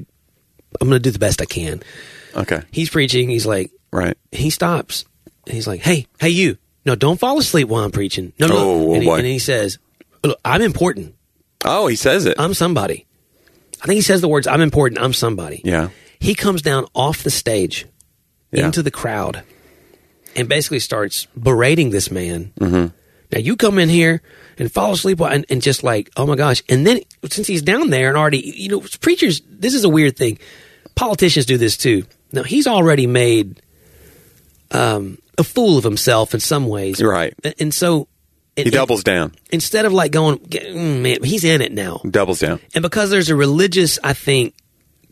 Speaker 4: I'm gonna do the best I can.
Speaker 5: okay,
Speaker 4: He's preaching. He's like,
Speaker 5: right.
Speaker 4: he stops. And he's like, hey, hey, you. No, don't fall asleep while I'm preaching. No, no.
Speaker 5: Oh,
Speaker 4: and, he,
Speaker 5: boy.
Speaker 4: and he says, look, I'm important.
Speaker 5: Oh, he says it.
Speaker 4: I'm somebody. I think he says the words, I'm important. I'm somebody.
Speaker 5: yeah,
Speaker 4: He comes down off the stage
Speaker 5: yeah.
Speaker 4: into the crowd and basically starts berating this man. Mm-hmm. Now you come in here and fall asleep while- and, and just like, oh my gosh. And then since he's down there and already, you know, preachers, this is a weird thing. Politicians do this too. Now he's already made um, a fool of himself in some ways.
Speaker 5: Right.
Speaker 4: And, and so
Speaker 5: he doubles down.
Speaker 4: instead of like going, "Mm, man, he's in it now.
Speaker 5: Doubles down.
Speaker 4: And because there's a religious, I think,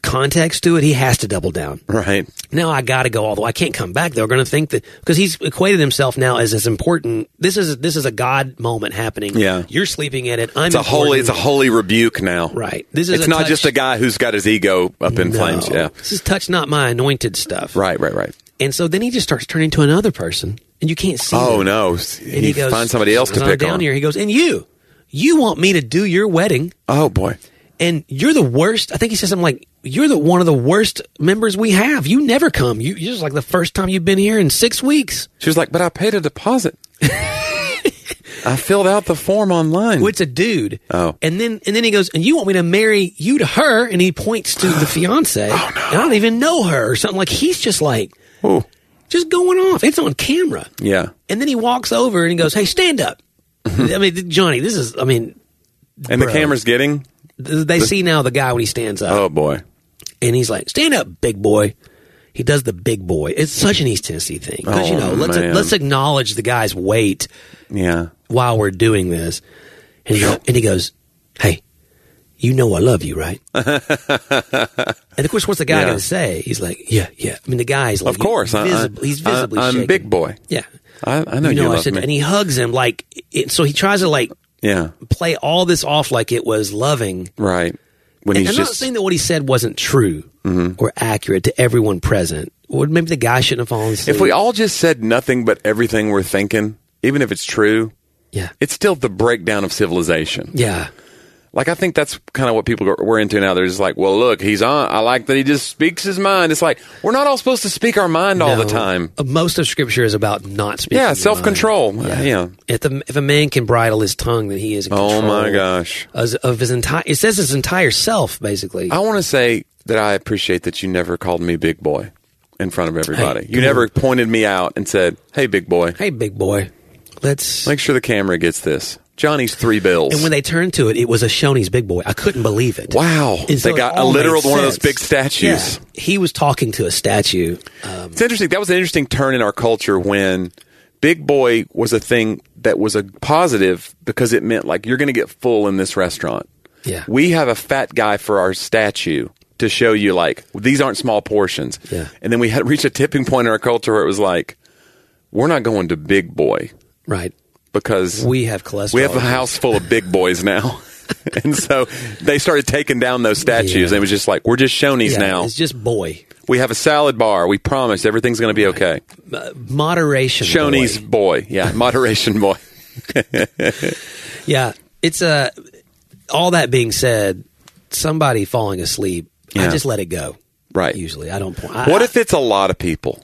Speaker 4: context to it, he has to double down
Speaker 5: Right.
Speaker 4: now I got to go all the way. I can't come back. They're going to think that because he's equated himself now as as important. This is this is a God moment happening.
Speaker 5: Yeah.
Speaker 4: you're sleeping in it. I'm
Speaker 5: It's a holy. It's a
Speaker 4: important.
Speaker 5: holy rebuke now.
Speaker 4: Right. This is
Speaker 5: it's
Speaker 4: a
Speaker 5: not
Speaker 4: touch-
Speaker 5: just a guy who's got his ego up in flames.
Speaker 4: No.
Speaker 5: Yeah.
Speaker 4: this is touch not my anointed stuff.
Speaker 5: Right. Right. Right.
Speaker 4: and so then he just starts turning to another person, and you can't see.
Speaker 5: Oh
Speaker 4: them.
Speaker 5: no.
Speaker 4: And
Speaker 5: he, finds somebody else to
Speaker 4: "As I'm
Speaker 5: pick
Speaker 4: down
Speaker 5: on.
Speaker 4: here. He goes, and you, you want me to do your wedding,
Speaker 5: Oh boy.
Speaker 4: and you're the worst. I think he says something like. You're the one of the worst members we have. You never come. You, you're just like the first time you've been here in six weeks.
Speaker 5: She was like, "But I paid a deposit. I filled out the form online."
Speaker 4: Well, it's a dude.
Speaker 5: Oh.
Speaker 4: And then and then he goes, and you want me to marry you to her? And he points to the fiance. And I don't even know her or something. Like he's just like
Speaker 5: oh,
Speaker 4: just going off. It's on camera.
Speaker 5: yeah.
Speaker 4: And then he walks over and he goes, Hey, stand up. I mean, Johnny, this is I mean,
Speaker 5: And
Speaker 4: Bro.
Speaker 5: the camera's getting.
Speaker 4: th- they see now the guy when he stands up.
Speaker 5: Oh boy.
Speaker 4: And he's like, Stand up, big boy. He does the big boy. It's such an East Tennessee thing. Because you
Speaker 5: Oh,
Speaker 4: know, let's
Speaker 5: man.
Speaker 4: let's acknowledge the guy's weight.
Speaker 5: Yeah.
Speaker 4: while we're doing this. And he, go- and he goes, Hey, you know I love you, right? and of course, what's the guy
Speaker 5: Yeah.
Speaker 4: going to say? He's like, Yeah, yeah. I mean, the guy's like,
Speaker 5: Of course. I-
Speaker 4: visib-
Speaker 5: I,
Speaker 4: he's visibly
Speaker 5: I, am
Speaker 4: shaken.
Speaker 5: big boy.
Speaker 4: Yeah.
Speaker 5: I, I know you,
Speaker 4: I
Speaker 5: love
Speaker 4: said,
Speaker 5: me.
Speaker 4: and he hugs him like, it, so he tries to like
Speaker 5: yeah.
Speaker 4: play all this off like it was loving.
Speaker 5: Right. When
Speaker 4: And
Speaker 5: he's
Speaker 4: I'm not
Speaker 5: just Mm-hmm.
Speaker 4: saying that what he said wasn't true or accurate to everyone present, or maybe the guy shouldn't have fallen asleep.
Speaker 5: If we all just said nothing but everything we're thinking, even if it's true,
Speaker 4: Yeah.
Speaker 5: it's still the breakdown of civilization.
Speaker 4: Yeah.
Speaker 5: Like I think that's kind of what people are- we're into now. They're just like, well, look, he's on. I like that he just speaks his mind. It's like we're not all supposed to speak our mind all the
Speaker 4: No.
Speaker 5: time.
Speaker 4: Uh, Most of Scripture is about not speaking.
Speaker 5: Yeah,
Speaker 4: your
Speaker 5: self-control.
Speaker 4: mind.
Speaker 5: Yeah. yeah.
Speaker 4: If, the, if a man can bridle his tongue, then he is. In
Speaker 5: Oh,
Speaker 4: control
Speaker 5: my gosh.
Speaker 4: As, of his entire, it says his entire self, basically.
Speaker 5: I want to say that I appreciate that you never called me big boy in front of everybody.
Speaker 4: Hey,
Speaker 5: you
Speaker 4: come
Speaker 5: never pointed me out and said, "Hey, big boy,
Speaker 4: hey, big boy, let's.
Speaker 5: make sure the camera gets this." Johnny's three bills.
Speaker 4: and when they turned to it, it was a Shoney's big boy. I couldn't believe it.
Speaker 5: wow,
Speaker 4: And so
Speaker 5: they
Speaker 4: it
Speaker 5: got a
Speaker 4: all
Speaker 5: literal
Speaker 4: made
Speaker 5: one of those
Speaker 4: sense.
Speaker 5: big statues.
Speaker 4: Yeah. He was talking to a statue.
Speaker 5: It's interesting. That was an interesting turn in our culture when big boy was a thing that was a positive because it meant like you're going to get full in this restaurant.
Speaker 4: Yeah.
Speaker 5: We have a fat guy for our statue to show you like these aren't small portions.
Speaker 4: Yeah.
Speaker 5: And then we had reached a tipping point in our culture where it was like we're not going to big boy
Speaker 4: Right.
Speaker 5: because
Speaker 4: We have cholesterol.
Speaker 5: we have a house full of big boys now. and so they started taking down those statues.
Speaker 4: Yeah.
Speaker 5: And it was just like, we're just Shoney's
Speaker 4: Yeah,
Speaker 5: now.
Speaker 4: It's just boy.
Speaker 5: we have a salad bar. We promise everything's going to be okay.
Speaker 4: Moderation.
Speaker 5: Shoney's
Speaker 4: boy.
Speaker 5: boy. Yeah, moderation boy.
Speaker 4: Yeah, it's uh, all that being said, somebody falling asleep. I
Speaker 5: Yeah.
Speaker 4: just let it go.
Speaker 5: Right.
Speaker 4: Usually, I don't point. I,
Speaker 5: What
Speaker 4: I-
Speaker 5: if it's a lot of people?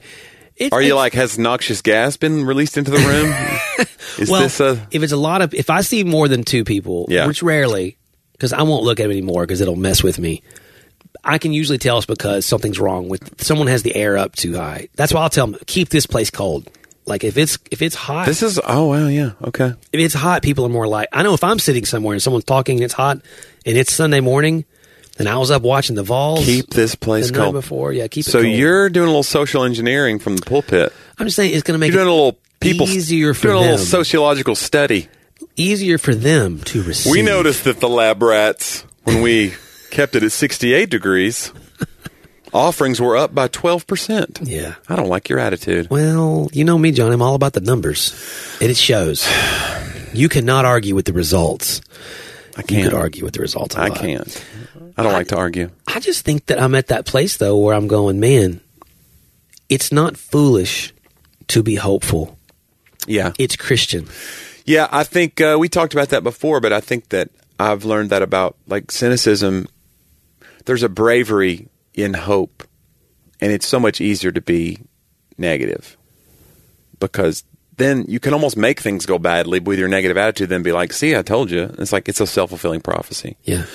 Speaker 4: it's-
Speaker 5: Are you
Speaker 4: it's-
Speaker 5: like, has noxious gas been released into the room? Is
Speaker 4: Well,
Speaker 5: this a.
Speaker 4: if it's a lot of, if I see more than two people,
Speaker 5: Yeah.
Speaker 4: which rarely, because I won't look at them anymore because it'll mess with me. I can usually tell it's because something's wrong with someone has the air up too high. That's why I'll tell them keep this place cold. Like if it's if it's hot,
Speaker 5: This is. Oh, wow. Yeah. Okay.
Speaker 4: if it's hot, people are more like, I know if I'm sitting somewhere and someone's talking and it's hot and it's Sunday morning and I was up watching the Vols
Speaker 5: Keep this place
Speaker 4: the night
Speaker 5: cold.
Speaker 4: before. Yeah, keep it
Speaker 5: So
Speaker 4: cold.
Speaker 5: you're doing a little social engineering from the pulpit.
Speaker 4: I'm just saying it's going to
Speaker 5: You're
Speaker 4: make
Speaker 5: doing a
Speaker 4: it
Speaker 5: little people
Speaker 4: easier for
Speaker 5: doing a little
Speaker 4: them.
Speaker 5: sociological study.
Speaker 4: easier for them to receive.
Speaker 5: We noticed that the lab rats, when we kept it at 68 degrees, offerings were up by 12 percent.
Speaker 4: Yeah.
Speaker 5: I don't like your attitude.
Speaker 4: Well, you know me, John. I'm all about the numbers, and it shows. You cannot argue with the results.
Speaker 5: I
Speaker 4: You
Speaker 5: can't
Speaker 4: could argue with the results. I
Speaker 5: I can't. I don't like to argue.
Speaker 4: I just think that I'm at that place though where I'm going, man. It's not foolish to be hopeful.
Speaker 5: Yeah.
Speaker 4: It's Christian.
Speaker 5: Yeah, I think uh, we talked about that before, but I think that I've learned that about like cynicism. There's a bravery in hope, and it's so much easier to be negative because then you can almost make things go badly with your negative attitude. Then be like, "See, I told you." It's like it's a self fulfilling prophecy.
Speaker 4: Yeah.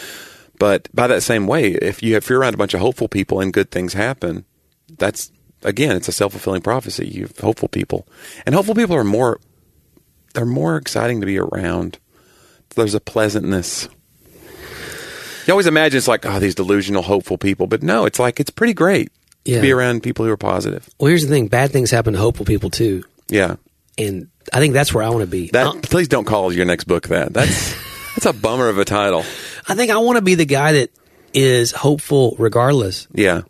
Speaker 5: But by that same way, if you if you're around a bunch of hopeful people and good things happen, that's again, it's a self fulfilling prophecy. You have hopeful people, and hopeful people are more they're more exciting to be around. There's a pleasantness. You always imagine it's like oh these delusional hopeful people, but no, it's like it's pretty great
Speaker 4: Yeah.
Speaker 5: to be around people who are positive.
Speaker 4: Well, here's the thing: bad things happen to hopeful people too,
Speaker 5: Yeah,
Speaker 4: and I think that's where I want to be.
Speaker 5: that
Speaker 4: I,
Speaker 5: please don't call your next book that. That's that's a bummer of a title.
Speaker 4: I think I want to be the guy that is hopeful regardless.
Speaker 5: Yeah.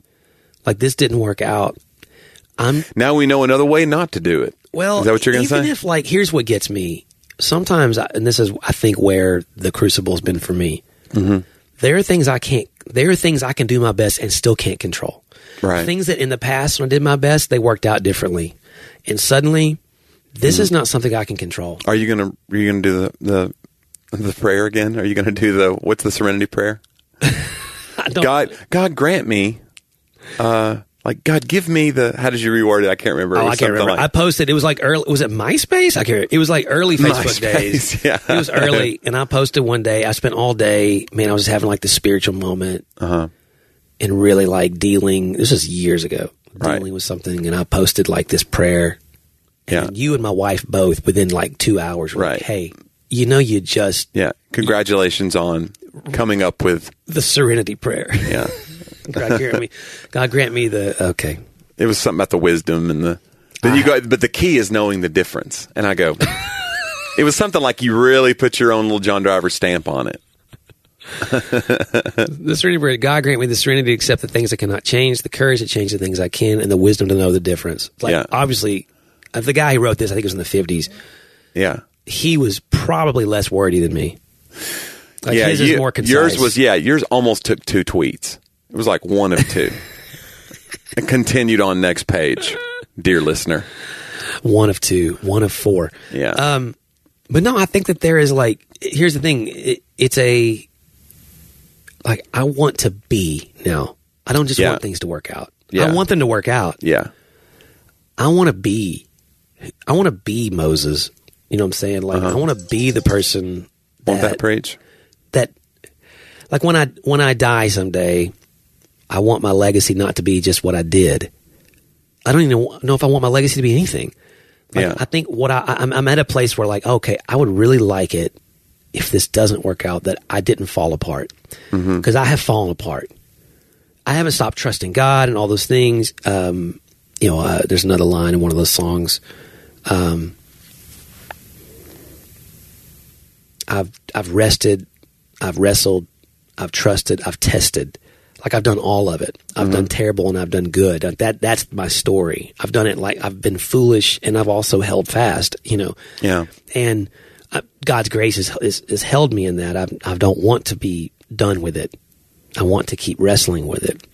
Speaker 4: Like this didn't work out. I'm
Speaker 5: Now we know another way not to do it.
Speaker 4: Well,
Speaker 5: is that what you're going to
Speaker 4: even
Speaker 5: say?
Speaker 4: if like here's what gets me. Sometimes, I, and this is I think where the crucible's been for me.
Speaker 5: Mm-hmm.
Speaker 4: There are things I can't. There are things I can do my best and still can't control.
Speaker 5: Right.
Speaker 4: Things that in the past when I did my best, they worked out differently, and suddenly,
Speaker 5: Mm-hmm.
Speaker 4: this is not something I can control.
Speaker 5: Are you gonna are you gonna do the the the prayer again? Are you gonna do the what's the serenity prayer?
Speaker 4: I don't,
Speaker 5: God God grant me uh like God give me the how did you reword it? I can't remember. It
Speaker 4: Oh,
Speaker 5: was
Speaker 4: I can't
Speaker 5: something
Speaker 4: remember. I
Speaker 5: like-
Speaker 4: posted. It was like early. Was it MySpace? I can't. remember. It was like early Facebook
Speaker 5: MySpace,
Speaker 4: days.
Speaker 5: yeah.
Speaker 4: It was early, and I posted one day. I spent all day. Man, I was just having like this spiritual moment,
Speaker 5: Uh-huh.
Speaker 4: and really like dealing. This was years ago.
Speaker 5: Right.
Speaker 4: Dealing with something, and I posted like this prayer.
Speaker 5: yeah.
Speaker 4: And you and my wife both within like two hours. were like,
Speaker 5: Right.
Speaker 4: hey, you know, you just
Speaker 5: yeah. Congratulations on coming up with
Speaker 4: the Serenity Prayer.
Speaker 5: yeah.
Speaker 4: God grant me. God grant me the okay.
Speaker 5: It was something about the wisdom and the but you go but the key is knowing the difference. And I go It was something like you really put your own little John Driver stamp on it.
Speaker 4: The serenity prayer, God grant me the serenity to accept the things I cannot change, the courage to change the things I can, and the wisdom to know the difference. Like,
Speaker 5: Yeah.
Speaker 4: obviously, if the guy who wrote this, I think it was in the 50s,
Speaker 5: Yeah.
Speaker 4: he was probably less wordy than me. Like, his
Speaker 5: you-
Speaker 4: is more concise.
Speaker 5: Yours was yeah. Yours almost took two tweets. It was like one of two, and continued on next page. dear listener.
Speaker 4: one of two, one of four.
Speaker 5: Yeah.
Speaker 4: Um, but no, I think that there is like, here's the thing. It, it's a, like, I want to be now. I don't just
Speaker 5: Yeah.
Speaker 4: want things to work out.
Speaker 5: Yeah.
Speaker 4: I want them to work out.
Speaker 5: Yeah.
Speaker 4: I want to be, I want to be Moses. You know what I'm saying? Like, I want to be the person
Speaker 5: Want that
Speaker 4: that-
Speaker 5: preach?
Speaker 4: that like when I when I die someday, I want my legacy not to be just what I did. I don't even know if I want my legacy to be anything. Like,
Speaker 5: Yeah.
Speaker 4: I think what I, I- I'm, I'm at a place where like okay, I would really like it if this doesn't work out that I didn't fall apart because I have fallen apart. I haven't stopped trusting God and all those things. Um, you know, uh, there's another line in one of those songs. Um, I've I've rested, I've wrestled, I've trusted, I've tested. Like I've done all of it. I've done terrible and I've done good. Like, That that's my story. I've done it like I've been foolish and I've also held fast. You know,
Speaker 5: Yeah.
Speaker 4: and uh, God's grace has, has, has held me in that. I, I don't want to be done with it. I want to keep wrestling with it.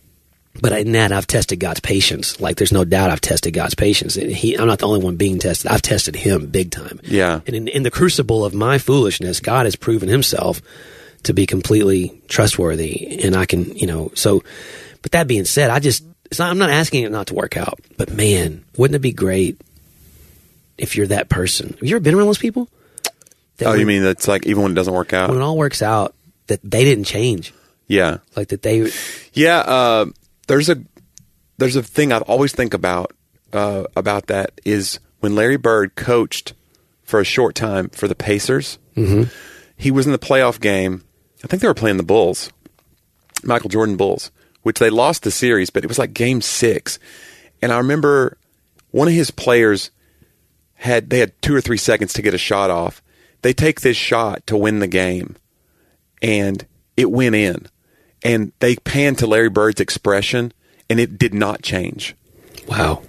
Speaker 4: But in that, I've tested God's patience. Like, there's no doubt I've tested God's patience. And he, I'm not the only one being tested. I've tested Him big time.
Speaker 5: Yeah.
Speaker 4: And in, in the crucible of my foolishness, God has proven Himself to be completely trustworthy. And I can, you know, so. But that being said, I just, it's not, I'm not asking it not to work out. But man, wouldn't it be great if you're that person. Have you ever been around those people? That
Speaker 5: Oh,
Speaker 4: when,
Speaker 5: you mean that's like even when it doesn't work
Speaker 4: when it
Speaker 5: out?
Speaker 4: all works out that they didn't change,
Speaker 5: Yeah.
Speaker 4: like that they
Speaker 5: Yeah, uh, there's a there's a thing I always think about uh, about that is when Larry Bird coached for a short time for the Pacers. He was in the playoff game. I think they were playing the Bulls, Michael Jordan Bulls, which they lost the series, but it was like Game Six, and I remember one of his players had they had two or three seconds to get a shot off. They take this shot to win the game and it went in. And they panned to Larry Bird's expression, and it did not change.
Speaker 4: wow.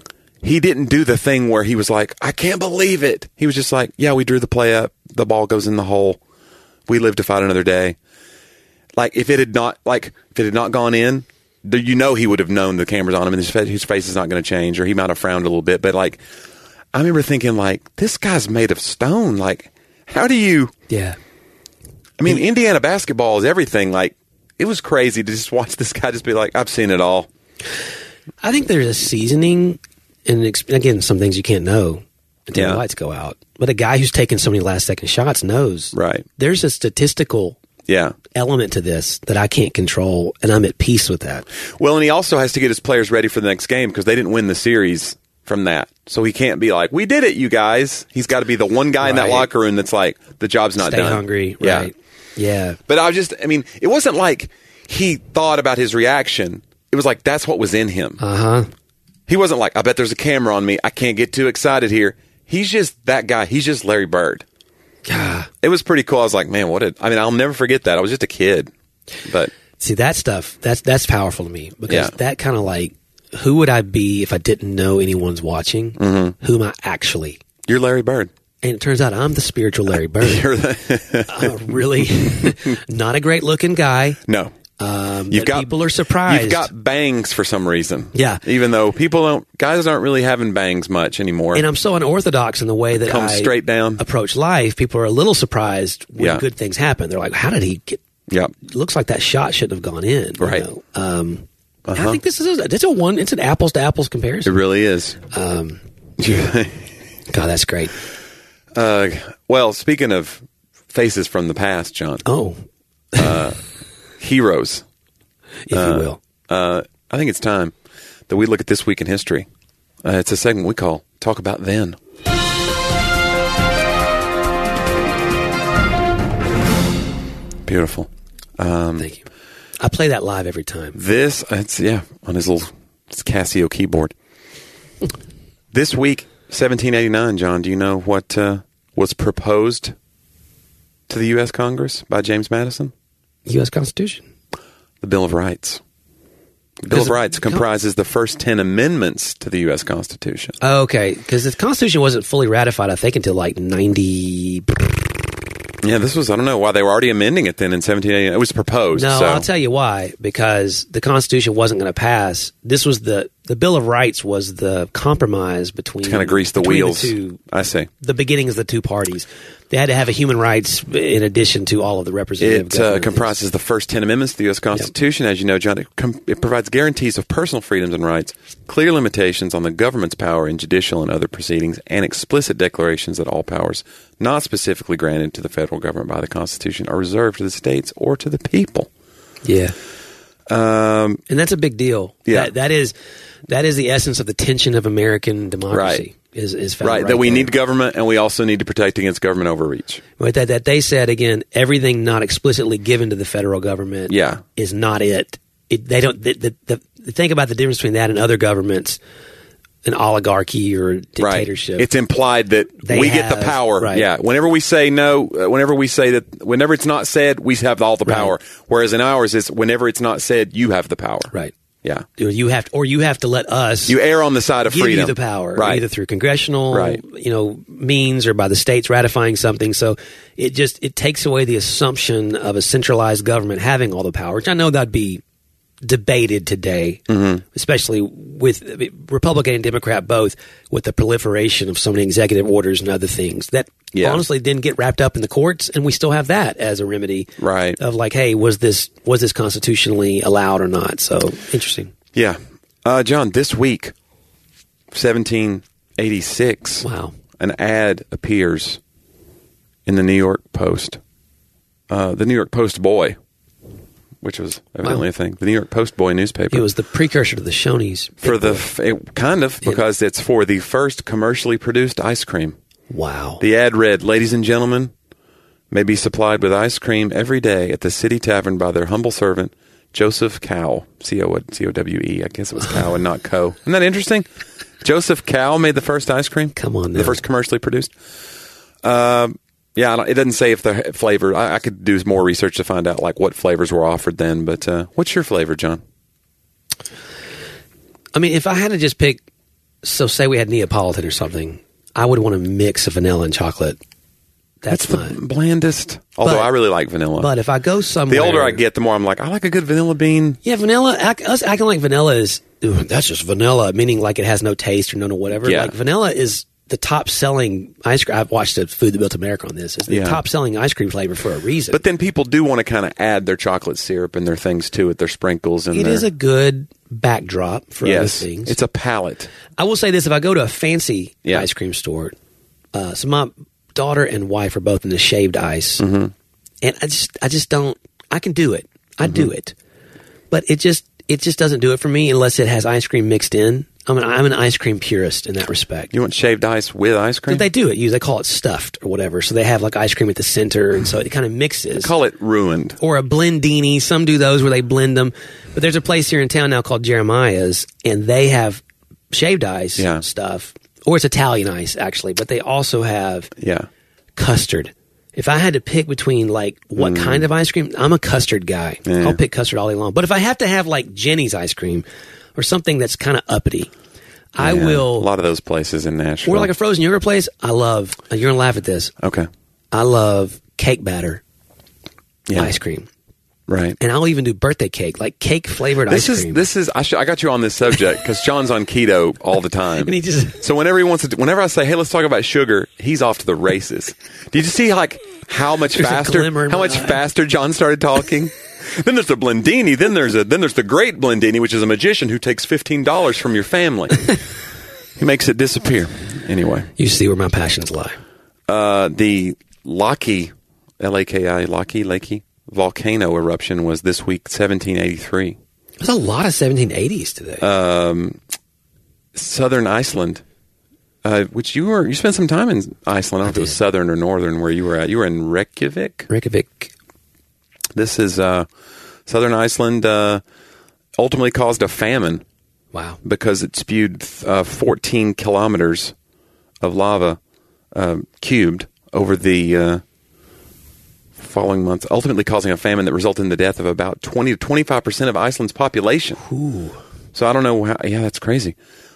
Speaker 5: He didn't do the thing where he was like, I can't believe it. He was just like, Yeah, we drew the play up. The ball goes in the hole. We live to fight another day. Like if it had not like if it had not gone in, there- you know he would have known the cameras on him and his face, his face is not going to change, or he might have frowned a little bit. But like, I remember thinking like, this guy's made of stone. Like, how do you?
Speaker 4: Yeah.
Speaker 5: I mean, Indiana basketball is everything. Like, it was crazy to just watch this guy just be like, I've seen it all.
Speaker 4: I think there's a seasoning and ex- again some things you can't know until
Speaker 5: Yeah.
Speaker 4: the lights go out. But a guy who's taking so many last second shots knows.
Speaker 5: Right.
Speaker 4: There's a statistical
Speaker 5: Yeah.
Speaker 4: element to this that I can't control and I'm at peace with that.
Speaker 5: Well, and he also has to get his players ready for the next game because they didn't win the series from that. So he can't be like, we did it, you guys. He's got to be the one guy in that
Speaker 4: Right.
Speaker 5: locker room that's like, the job's not
Speaker 4: Stay
Speaker 5: done.
Speaker 4: hungry,
Speaker 5: Yeah.
Speaker 4: right. Yeah.
Speaker 5: But I was just, I mean, it wasn't like he thought about his reaction. It was like, that's what was in him.
Speaker 4: Uh-huh.
Speaker 5: He wasn't like, I bet there's a camera on me. I can't get too excited here. He's just that guy. He's just Larry Bird.
Speaker 4: God.
Speaker 5: it was pretty cool. I was like, man, what? A, I mean, I'll never forget that. I was just a kid, but
Speaker 4: See that stuff. That's that's powerful to me because
Speaker 5: Yeah.
Speaker 4: that kind of like, who would I be if I didn't know anyone's watching?
Speaker 5: Mm-hmm.
Speaker 4: Who am I actually?
Speaker 5: you're Larry Bird.
Speaker 4: And it turns out I'm the spiritual Larry Bird.
Speaker 5: You're the,
Speaker 4: I'm a really not a great looking guy.
Speaker 5: no,
Speaker 4: Um,
Speaker 5: You've
Speaker 4: that
Speaker 5: got-
Speaker 4: people are surprised.
Speaker 5: you've got bangs for some reason.
Speaker 4: Yeah.
Speaker 5: even though people don't, guys aren't really having bangs much anymore.
Speaker 4: and I'm so unorthodox in the way that
Speaker 5: Come
Speaker 4: I
Speaker 5: straight down.
Speaker 4: approach life. People are a little surprised when
Speaker 5: Yeah.
Speaker 4: good things happen. They're like, "How did he get?"
Speaker 5: yeah,
Speaker 4: Looks like that shot shouldn't have gone in. you
Speaker 5: Right. Uh-huh.
Speaker 4: know? Um, I think this is a, it's a one. It's an apples to apples
Speaker 5: it
Speaker 4: comparison.
Speaker 5: really is.
Speaker 4: Um, God, that's great.
Speaker 5: uh, well, speaking of faces from the past, John,
Speaker 4: Oh,
Speaker 5: heroes.
Speaker 4: if you will.
Speaker 5: Uh, I think it's time that we look at this week in history. Uh, it's a segment we call "Talk About Then." Beautiful. um,
Speaker 4: Thank you. I play that live every time.
Speaker 5: This, uh, it's yeah, on his little Casio keyboard. this week, 1789. John, do you know what uh, was proposed to the U.S. Congress by James Madison?
Speaker 4: U.S. Constitution.
Speaker 5: The Bill of Rights. The Bill
Speaker 4: Because
Speaker 5: of
Speaker 4: of-
Speaker 5: Rights comprises the first ten amendments to the U.S. Constitution.
Speaker 4: Oh, Okay, because the Constitution wasn't fully ratified, I think, until like ninety
Speaker 5: Yeah, this was I don't know why they were already amending it then in 1789. It was proposed.
Speaker 4: No,
Speaker 5: so.
Speaker 4: I'll tell you why. Because the Constitution wasn't going to pass. This was the the Bill of Rights was the compromise between
Speaker 5: kind of grease the
Speaker 4: between
Speaker 5: wheels.
Speaker 4: The, two,
Speaker 5: I see.
Speaker 4: the beginnings of the two parties. They had to have a human rights in addition to all of the representative.
Speaker 5: It uh,
Speaker 4: government.
Speaker 5: comprises the first 10 amendments to the U.S. Constitution. As you know, John, it, com- it provides guarantees of personal freedoms and rights, clear limitations on the government's power in judicial and other proceedings, and explicit declarations that all powers not specifically granted to the federal government by the Constitution are reserved to the states or to the people.
Speaker 4: Yeah. Um, and that's a big deal.
Speaker 5: Yeah.
Speaker 4: That, that is that is the essence of the tension of American democracy.
Speaker 5: Right.
Speaker 4: Is, is found
Speaker 5: Right, that we
Speaker 4: there.
Speaker 5: need government and we also need to protect against government overreach.
Speaker 4: Right, that that they said again, everything not explicitly given to the federal government,
Speaker 5: Yeah.
Speaker 4: is not it. it they don't. The, the, the, the think about the difference between that and other governments, an oligarchy or dictatorship.
Speaker 5: Right. It's implied that
Speaker 4: They
Speaker 5: we get
Speaker 4: have-
Speaker 5: the power.
Speaker 4: right.
Speaker 5: Yeah. Whenever we say no, uh, whenever we say that, whenever it's not said, we have all the power. Whereas in ours, it's whenever it's not said, you have the power.
Speaker 4: right.
Speaker 5: Yeah.
Speaker 4: Or you have to, or you have to let us
Speaker 5: You err on the side of
Speaker 4: give
Speaker 5: freedom.
Speaker 4: you the power,
Speaker 5: Right.
Speaker 4: either through congressional,
Speaker 5: Right.
Speaker 4: you know, means or by the states ratifying something. So it just it takes away the assumption of a centralized government having all the power, which I know that'd be debated today,
Speaker 5: Mm-hmm.
Speaker 4: especially with I mean, Republican and Democrat both, with the proliferation of so many executive orders and other things that
Speaker 5: Yeah.
Speaker 4: honestly didn't get wrapped up in the courts, and we still have that as a remedy,
Speaker 5: Right.
Speaker 4: Of like, hey, was this was this constitutionally allowed or not? So interesting.
Speaker 5: yeah. Uh, John, this week, 1786,
Speaker 4: Wow.
Speaker 5: an ad appears in the New York Post. Uh, the New York Post Boy, which was evidently a thing. The New York Post Boy newspaper.
Speaker 4: It was the precursor to the Shoney's.
Speaker 5: for the f- it, kind of because it's for the first commercially produced ice cream.
Speaker 4: wow.
Speaker 5: The ad read, "Ladies and gentlemen, may be supplied with ice cream every day at the City Tavern by their humble servant Joseph Cow, C O C O W E. I guess it was Cow and not Co. Isn't that interesting? Joseph Cow made the first ice cream.
Speaker 4: Come on now.
Speaker 5: the first commercially produced. Um, yeah, I don't, it doesn't say if the flavor. I, I could do more research to find out like what flavors were offered then. But uh, what's your flavor, John?
Speaker 4: I mean, if I had to just pick, so say we had Neapolitan or something, I would want a mix of vanilla and chocolate. That's,
Speaker 5: the
Speaker 4: mine.
Speaker 5: blandest. Although
Speaker 4: But-
Speaker 5: I really like vanilla.
Speaker 4: But if I go somewhere,
Speaker 5: the older I get, the more I'm like, I like a good vanilla bean.
Speaker 4: yeah, vanilla. Act, us acting like vanilla is "Ooh, that's just vanilla, meaning like it has no taste or no no whatever.
Speaker 5: Yeah.
Speaker 4: Like vanilla is the top selling ice cream. I've watched the Food That Built America on this. It's the
Speaker 5: Yeah.
Speaker 4: top selling ice cream flavor for a reason.
Speaker 5: But then people do want to kind of add their chocolate syrup and their things to it, their sprinkles and
Speaker 4: it
Speaker 5: their,
Speaker 4: is a good backdrop for
Speaker 5: yes,
Speaker 4: other things.
Speaker 5: it's a palate.
Speaker 4: I will say this: if I go to a fancy
Speaker 5: Yeah.
Speaker 4: ice cream store, uh, so my daughter and wife are both in the shaved ice, and I just I just don't. I can do it. I do it, but it just it just doesn't do it for me unless it has ice cream mixed in. I'm an I'm an ice cream purist in that respect.
Speaker 5: You want shaved ice with ice cream?
Speaker 4: they do it. You they call it stuffed or whatever. So they have like ice cream at the center, and so it kind of mixes
Speaker 5: call it ruined.
Speaker 4: or a blendini. Some do those where they blend them. But there's a place here in town now called Jeremiah's, and they have shaved ice
Speaker 5: Yeah.
Speaker 4: stuff, or it's Italian ice actually. But they also have
Speaker 5: Yeah,
Speaker 4: custard. If I had to pick between like what kind of ice cream, I'm a custard guy.
Speaker 5: Mm. Yeah.
Speaker 4: I'll pick custard all day long. But if I have to have like Jenny's ice cream or something that's kind of uppity, I
Speaker 5: Yeah.
Speaker 4: will.
Speaker 5: A lot of those places in Nashville.
Speaker 4: or like a frozen yogurt place, I love. You're gonna laugh at this.
Speaker 5: okay,
Speaker 4: I love cake batter
Speaker 5: yeah,
Speaker 4: ice cream.
Speaker 5: right.
Speaker 4: and I'll even do birthday cake, like cake flavored
Speaker 5: This
Speaker 4: ice
Speaker 5: is
Speaker 4: cream.
Speaker 5: this is I, should, I got you on this subject because John's on keto all the time.
Speaker 4: And he just-
Speaker 5: so whenever he wants to, whenever I say, "Hey, let's talk about sugar," he's off to the races. Did you see like how much
Speaker 4: There's a
Speaker 5: faster
Speaker 4: glimmer in
Speaker 5: how
Speaker 4: my
Speaker 5: much
Speaker 4: eye.
Speaker 5: faster John started talking? then there's the blendini. Then there's a then there's the great blendini, which is a magician who takes fifteen dollars from your family. he makes it disappear. Anyway,
Speaker 4: you see where my passions lie.
Speaker 5: uh, the Laki, L A K I Laki Lakey volcano eruption was this week, 1783.
Speaker 4: There's a lot of 1780s today.
Speaker 5: Uh, southern Iceland, uh, which you were you spent some time in Iceland. I don't know if it was
Speaker 4: did.
Speaker 5: southern or northern where you were at. You were in Reykjavik.
Speaker 4: Reykjavik.
Speaker 5: This is uh, southern Iceland. Uh, ultimately caused a famine
Speaker 4: Wow.
Speaker 5: because it spewed uh, 14 kilometers of lava um cubed over the uh, following months, ultimately causing a famine that resulted in the death of about 20 to 25 percent of Iceland's population. So I don't know how. Yeah, that's crazy.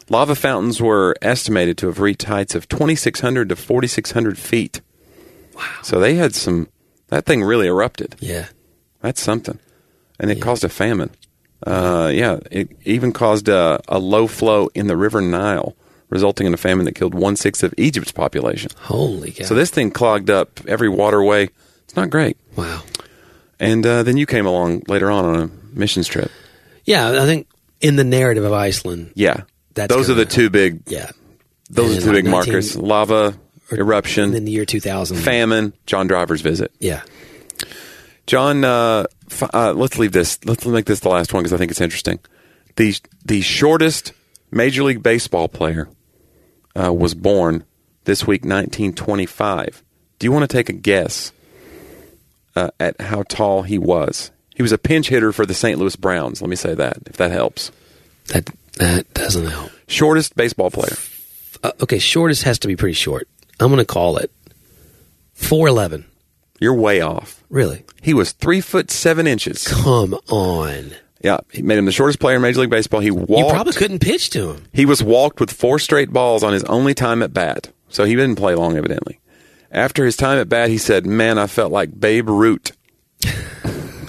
Speaker 5: Lava fountains were estimated to have reached heights of 2,600 to 4,600 feet. Wow. So they had some That thing really erupted.
Speaker 4: Yeah.
Speaker 5: That's something. And it caused a famine. Uh, yeah, it even caused a, a low flow in the River Nile, resulting in a famine that killed one sixth of Egypt's population.
Speaker 4: Holy cow.
Speaker 5: So this thing clogged up every waterway. It's not great.
Speaker 4: wow.
Speaker 5: And uh, then you came along later on on a missions trip.
Speaker 4: Yeah, I think in the narrative of Iceland,
Speaker 5: Yeah,
Speaker 4: That's
Speaker 5: those are the
Speaker 4: gonna-
Speaker 5: two big.
Speaker 4: yeah.
Speaker 5: Those
Speaker 4: And
Speaker 5: are two
Speaker 4: like
Speaker 5: big
Speaker 4: 19
Speaker 5: markers: lava
Speaker 4: And then
Speaker 5: eruption,
Speaker 4: the year 2000.
Speaker 5: famine, John Driver's visit.
Speaker 4: Yeah.
Speaker 5: John, uh, f- uh, let's leave this. Let's make this the last one because I think it's interesting. The the shortest Major League Baseball player uh, was born this week, 1925. Do you want to take a guess uh, at how tall he was? He was a pinch hitter for the St. Louis Browns. Let me say that if that helps.
Speaker 4: That that doesn't help.
Speaker 5: Shortest baseball player.
Speaker 4: Uh, okay, shortest has to be pretty short. I'm going to call it 411.
Speaker 5: You're way off.
Speaker 4: Really?
Speaker 5: He was three foot seven inches.
Speaker 4: Come on.
Speaker 5: Yeah, he made him the shortest player in Major League Baseball. He
Speaker 4: You
Speaker 5: walked.
Speaker 4: probably couldn't pitch to him.
Speaker 5: He was walked with four straight balls on his only time at bat, so he didn't play long, evidently. After his time at bat, he said, Man, I felt like Babe Root.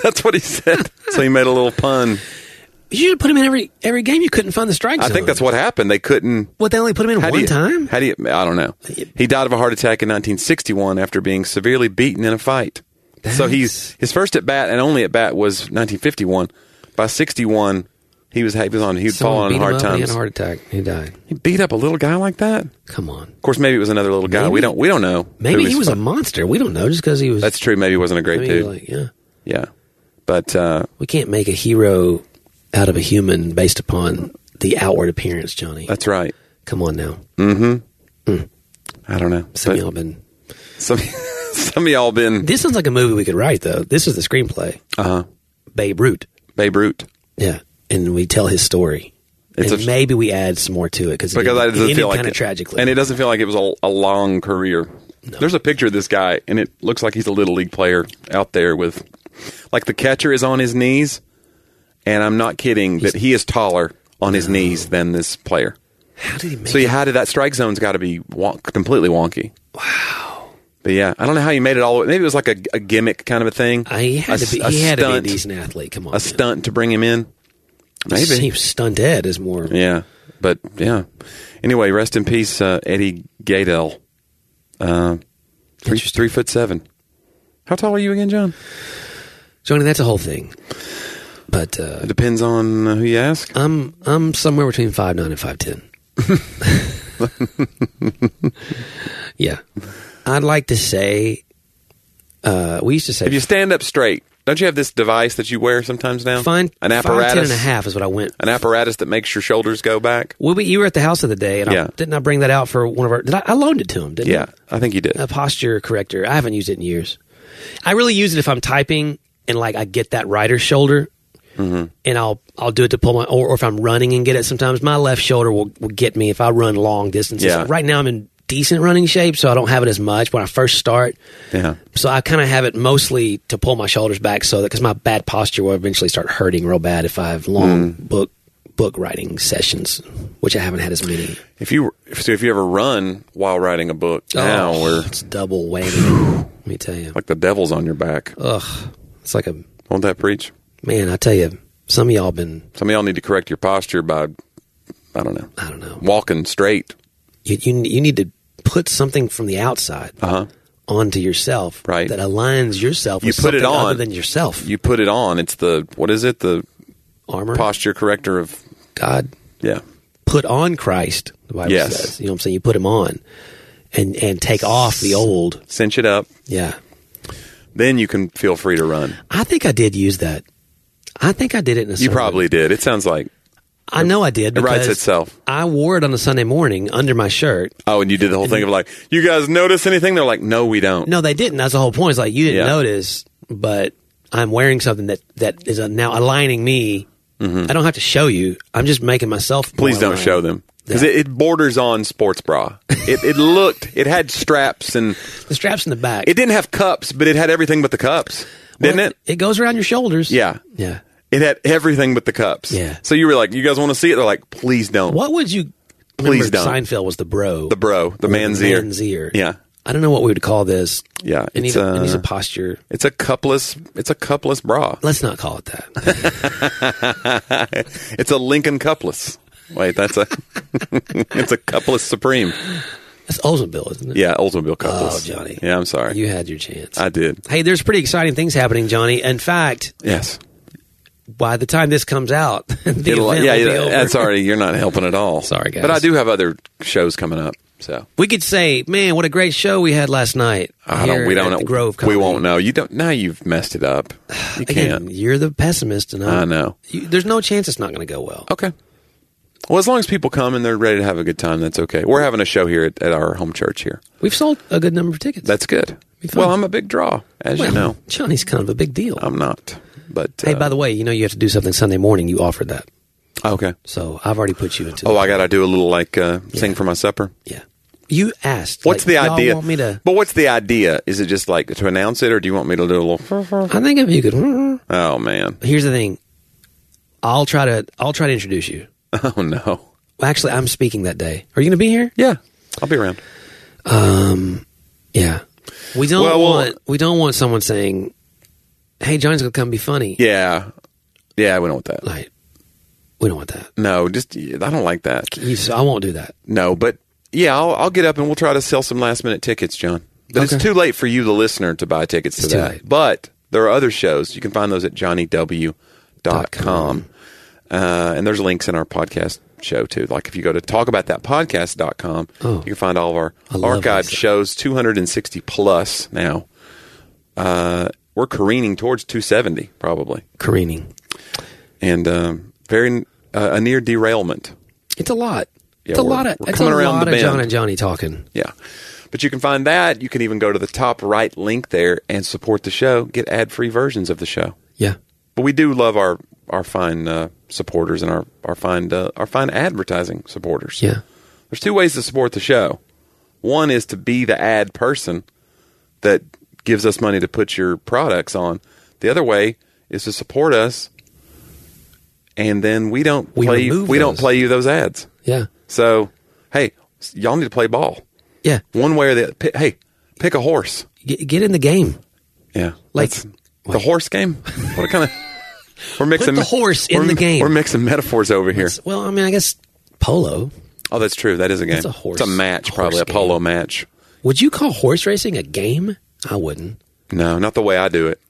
Speaker 5: That's what he said. So he made a little pun.
Speaker 4: You should have put him in every every game. You couldn't find the strike
Speaker 5: I
Speaker 4: zone.
Speaker 5: think that's what happened. They couldn't.
Speaker 4: What they only put him in
Speaker 5: How
Speaker 4: one
Speaker 5: do you,
Speaker 4: time.
Speaker 5: How do you? I don't know. He died of a heart attack in 1961 after being severely beaten in a fight. So
Speaker 4: That's-
Speaker 5: he's his first at bat and only at bat was 1951. By 61, he was he was on he'd
Speaker 4: Someone
Speaker 5: fallen
Speaker 4: beat
Speaker 5: on
Speaker 4: him
Speaker 5: hard
Speaker 4: up and He had
Speaker 5: times.
Speaker 4: a heart attack. He died.
Speaker 5: he beat up a little guy like that.
Speaker 4: Come on.
Speaker 5: Of course, maybe it was another little guy. we
Speaker 4: Maybe-
Speaker 5: don't. We don't know.
Speaker 4: Maybe
Speaker 5: who
Speaker 4: he was a
Speaker 5: fu-
Speaker 4: monster. We don't know just because he was.
Speaker 5: That's true. Maybe he wasn't a
Speaker 4: I
Speaker 5: great
Speaker 4: mean,
Speaker 5: dude.
Speaker 4: like, yeah.
Speaker 5: yeah, but uh,
Speaker 4: We can't make a hero out of a human based upon the outward appearance, Johnny.
Speaker 5: that's right.
Speaker 4: Come on now.
Speaker 5: I don't know. But
Speaker 4: Some of y'all been.
Speaker 5: some, some of y'all been
Speaker 4: This sounds like a movie we could write, though. This is the screenplay.
Speaker 5: uh,
Speaker 4: Babe Root.
Speaker 5: Babe Root
Speaker 4: Yeah, and we tell his story.
Speaker 5: It's
Speaker 4: and
Speaker 5: a-
Speaker 4: maybe we add some more to it because
Speaker 5: because I
Speaker 4: it,
Speaker 5: doesn't
Speaker 4: ended
Speaker 5: feel like
Speaker 4: kind
Speaker 5: it.
Speaker 4: of tragically.
Speaker 5: and it doesn't feel like it was a, a long career. There's a picture of this guy, and it looks like he's a little league player out there with, like the catcher is on his knees, and I'm not kidding that he is taller on his knees than this player.
Speaker 4: How did he make?
Speaker 5: So you how did that strike zone's got to be wonk, completely wonky. Wow. But yeah, I don't know how you made it all the way. Maybe it was like a, a gimmick kind of a thing.
Speaker 4: I, Uh, he had
Speaker 5: a,
Speaker 4: to be.
Speaker 5: s-
Speaker 4: He had
Speaker 5: stunt,
Speaker 4: to be a decent athlete. Come on,
Speaker 5: a stunt to bring him in. Maybe.
Speaker 4: seems stunted is more.
Speaker 5: Yeah. But yeah. Anyway, rest in peace, uh, Eddie Gadel. Uh, three,
Speaker 4: Interesting.
Speaker 5: three foot seven. How tall are you again, John?
Speaker 4: Johnny, that's a whole thing. But uh,
Speaker 5: It depends on uh, who you ask.
Speaker 4: I'm I'm somewhere between five nine and five ten. yeah, I'd like to say. Uh, we used to say
Speaker 5: If you stand up straight, don't you have this device that you wear sometimes now?
Speaker 4: fine.
Speaker 5: An
Speaker 4: Five, ten
Speaker 5: apparatus.
Speaker 4: and a half is what I went.
Speaker 5: An apparatus that makes your shoulders go back.
Speaker 4: Well, we, you were at the house the other day, and
Speaker 5: Yeah.
Speaker 4: I, didn't I bring that out for one of our? Did I, I loaned it to him? Didn't I?
Speaker 5: Yeah, I think you did.
Speaker 4: a posture corrector. I haven't used it in years. I really use it if I'm typing and like I get that rider shoulder,
Speaker 5: Mm-hmm.
Speaker 4: and I'll I'll do it to pull my or, or if I'm running and get it. Sometimes my left shoulder will, will get me if I run long distances.
Speaker 5: Yeah.
Speaker 4: Right now I'm in decent running shape, so I don't have it as much when I first start.
Speaker 5: Yeah.
Speaker 4: So I kind of have it mostly to pull my shoulders back, so that because my bad posture will eventually start hurting real bad if I have long
Speaker 5: Mm.
Speaker 4: book book writing sessions, which I haven't had as many.
Speaker 5: If you so if you ever run while writing a book, now
Speaker 4: Oh,
Speaker 5: we're
Speaker 4: it's double whammy. Let me tell you,
Speaker 5: like the devil's on your back.
Speaker 4: ugh, it's like a
Speaker 5: Won't that preach?
Speaker 4: Man, I tell you, some of y'all been,
Speaker 5: Some of y'all need to correct your posture by I don't know
Speaker 4: I don't know.
Speaker 5: walking straight.
Speaker 4: You, you, you need to put something from the outside
Speaker 5: Uh huh.
Speaker 4: onto yourself
Speaker 5: Right.
Speaker 4: that aligns yourself
Speaker 5: You
Speaker 4: with
Speaker 5: put it
Speaker 4: something
Speaker 5: on.
Speaker 4: other than yourself.
Speaker 5: You put it on. It's the what is it? The
Speaker 4: Armor.
Speaker 5: posture corrector of
Speaker 4: God
Speaker 5: yeah.
Speaker 4: put on Christ, the Bible
Speaker 5: Yes.
Speaker 4: says. You know what I'm saying? You put him on and, and take off the old.
Speaker 5: Cinch it up.
Speaker 4: Yeah.
Speaker 5: Then you can feel free to run.
Speaker 4: I think I did use that. I think I did it in a
Speaker 5: You probably did. It sounds like
Speaker 4: I know I did
Speaker 5: it
Speaker 4: because
Speaker 5: writes itself.
Speaker 4: I wore it on a Sunday morning under my shirt
Speaker 5: Oh, and you did the whole thing of like, you guys notice anything? They're like, no, we don't.
Speaker 4: No, they didn't. That's the whole point. It's like you didn't
Speaker 5: Yeah.
Speaker 4: notice, but I'm wearing something that that is uh, now aligning me. I don't have to show you. I'm just making myself. more
Speaker 5: Mm-hmm. Please don't
Speaker 4: aligned.
Speaker 5: show them because
Speaker 4: Yeah.
Speaker 5: it, it borders on sports bra. It, it looked, it had straps and
Speaker 4: The straps in the back.
Speaker 5: It didn't have cups, but it had everything but the cups, didn't
Speaker 4: Well,
Speaker 5: it?
Speaker 4: It goes around your shoulders.
Speaker 5: Yeah.
Speaker 4: yeah.
Speaker 5: It had everything but the cups.
Speaker 4: Yeah.
Speaker 5: So you were like, you guys want to see it? They're like, please don't.
Speaker 4: What would you?
Speaker 5: Please
Speaker 4: remember
Speaker 5: don't.
Speaker 4: Seinfeld was the bro.
Speaker 5: The bro, the
Speaker 4: Or the
Speaker 5: man's ear.
Speaker 4: man's ear.
Speaker 5: Yeah.
Speaker 4: I don't know what we would call this.
Speaker 5: Yeah,
Speaker 4: It
Speaker 5: it's uh,
Speaker 4: needs, a, it needs
Speaker 5: a-
Speaker 4: a posture.
Speaker 5: It's a cupless. It's a cupless bra.
Speaker 4: Let's not call it that.
Speaker 5: It's a Lincoln cupless. Wait, that's a. it's a cupless supreme.
Speaker 4: That's Oldsmobile, isn't it?
Speaker 5: Yeah, Oldsmobile cupless.
Speaker 4: Oh, Johnny.
Speaker 5: Yeah, I'm sorry.
Speaker 4: You had your chance.
Speaker 5: I did.
Speaker 4: hey, there's pretty exciting things happening, Johnny. In fact,
Speaker 5: Yes.
Speaker 4: by the time this comes out, the
Speaker 5: It'll-
Speaker 4: event
Speaker 5: yeah,
Speaker 4: will be
Speaker 5: yeah,
Speaker 4: over.
Speaker 5: that's already. You're not helping at all.
Speaker 4: Sorry, guys.
Speaker 5: But I do have other shows coming up. So
Speaker 4: We could say, man, what a great show we had last night.
Speaker 5: I don't.
Speaker 4: here
Speaker 5: We don't
Speaker 4: at
Speaker 5: know.
Speaker 4: The Grove.
Speaker 5: we
Speaker 4: Comedy.
Speaker 5: won't know. You don't. Now you've messed it up. You
Speaker 4: Again,
Speaker 5: can't.
Speaker 4: you're the pessimist, and I'm-
Speaker 5: I know. Oh.
Speaker 4: You, there's no chance it's not going to go well.
Speaker 5: Okay. Well, as long as people come and they're ready to have a good time, that's okay. We're having a show here at, at our home church here.
Speaker 4: We've sold a good number of tickets.
Speaker 5: That's good.
Speaker 4: Be fun.
Speaker 5: Well, I'm a big draw, as
Speaker 4: Well,
Speaker 5: you know.
Speaker 4: Johnny's kind of a big deal.
Speaker 5: I'm uh, not. But
Speaker 4: hey, by the way, you know you have to do something Sunday morning. You offered that,
Speaker 5: okay.
Speaker 4: so I've already put you into.
Speaker 5: Oh,
Speaker 4: the-
Speaker 5: I got to do a little like uh, sing for my supper.
Speaker 4: yeah. You asked.
Speaker 5: What's the
Speaker 4: like, y'all
Speaker 5: idea?
Speaker 4: Want me to?
Speaker 5: But what's the idea? Is it just like to announce it, or do you want me to do a little?
Speaker 4: I think if you could.
Speaker 5: Oh man!
Speaker 4: Here's the thing. I'll try to. I'll try to introduce you.
Speaker 5: Oh no!
Speaker 4: Well, actually, I'm speaking that day. Are you going to be here?
Speaker 5: Yeah, I'll be around.
Speaker 4: Yeah. We don't
Speaker 5: Um, Well, well-
Speaker 4: want. we don't want someone saying, "Hey, Johnny's going to come be funny."
Speaker 5: Yeah, yeah. We don't want that.
Speaker 4: Like, we don't want that.
Speaker 5: No, just I don't like that.
Speaker 4: You, I won't do that.
Speaker 5: No, but yeah, I'll, I'll get up and we'll try to sell some last minute tickets, John. But it's too late for you, the listener, to buy tickets
Speaker 4: It's
Speaker 5: to
Speaker 4: too
Speaker 5: that.
Speaker 4: late.
Speaker 5: But there are other shows. You can find those at johnnyw.com. Uh, and there's links in our podcast show, too. Like if you go to talkaboutthatpodcast.com,
Speaker 4: Oh.
Speaker 5: you can find all of our
Speaker 4: I love
Speaker 5: archived
Speaker 4: this.
Speaker 5: shows, 260 plus now. Uh, we're careening towards 270, probably.
Speaker 4: Careening.
Speaker 5: And um, very uh, a near derailment.
Speaker 4: It's a lot.
Speaker 5: Yeah,
Speaker 4: it's a
Speaker 5: we're-
Speaker 4: lot of.
Speaker 5: we're
Speaker 4: It's a
Speaker 5: coming around
Speaker 4: lot
Speaker 5: the
Speaker 4: of
Speaker 5: bend.
Speaker 4: John and Johnny talking.
Speaker 5: Yeah. But you can find that. You can even go to the top right link there and support the show. Get ad free versions of the show.
Speaker 4: Yeah.
Speaker 5: But we do love our our fine uh, supporters and our our fine uh, our fine advertising supporters.
Speaker 4: Yeah.
Speaker 5: There's two ways to support the show. One is to be the ad person that gives us money to put your products on. The other way is to support us, and then we don't
Speaker 4: We
Speaker 5: play
Speaker 4: remove
Speaker 5: we don't
Speaker 4: those.
Speaker 5: play you those ads.
Speaker 4: Yeah.
Speaker 5: So hey, y'all need to play ball
Speaker 4: Yeah.
Speaker 5: one way or the pi hey pick a horse
Speaker 4: Get, get in the game.
Speaker 5: yeah
Speaker 4: Like-
Speaker 5: That's- the horse game what kind of we're mixing
Speaker 4: the horse in
Speaker 5: we're-
Speaker 4: the game.
Speaker 5: we're mixing metaphors over here
Speaker 4: It's- well, I mean, I guess polo.
Speaker 5: oh that's true that is a game
Speaker 4: It's a horse-
Speaker 5: it's a match
Speaker 4: a horse
Speaker 5: probably a
Speaker 4: game.
Speaker 5: polo match
Speaker 4: Would you call horse racing a game? I wouldn't.
Speaker 5: no not the way i do it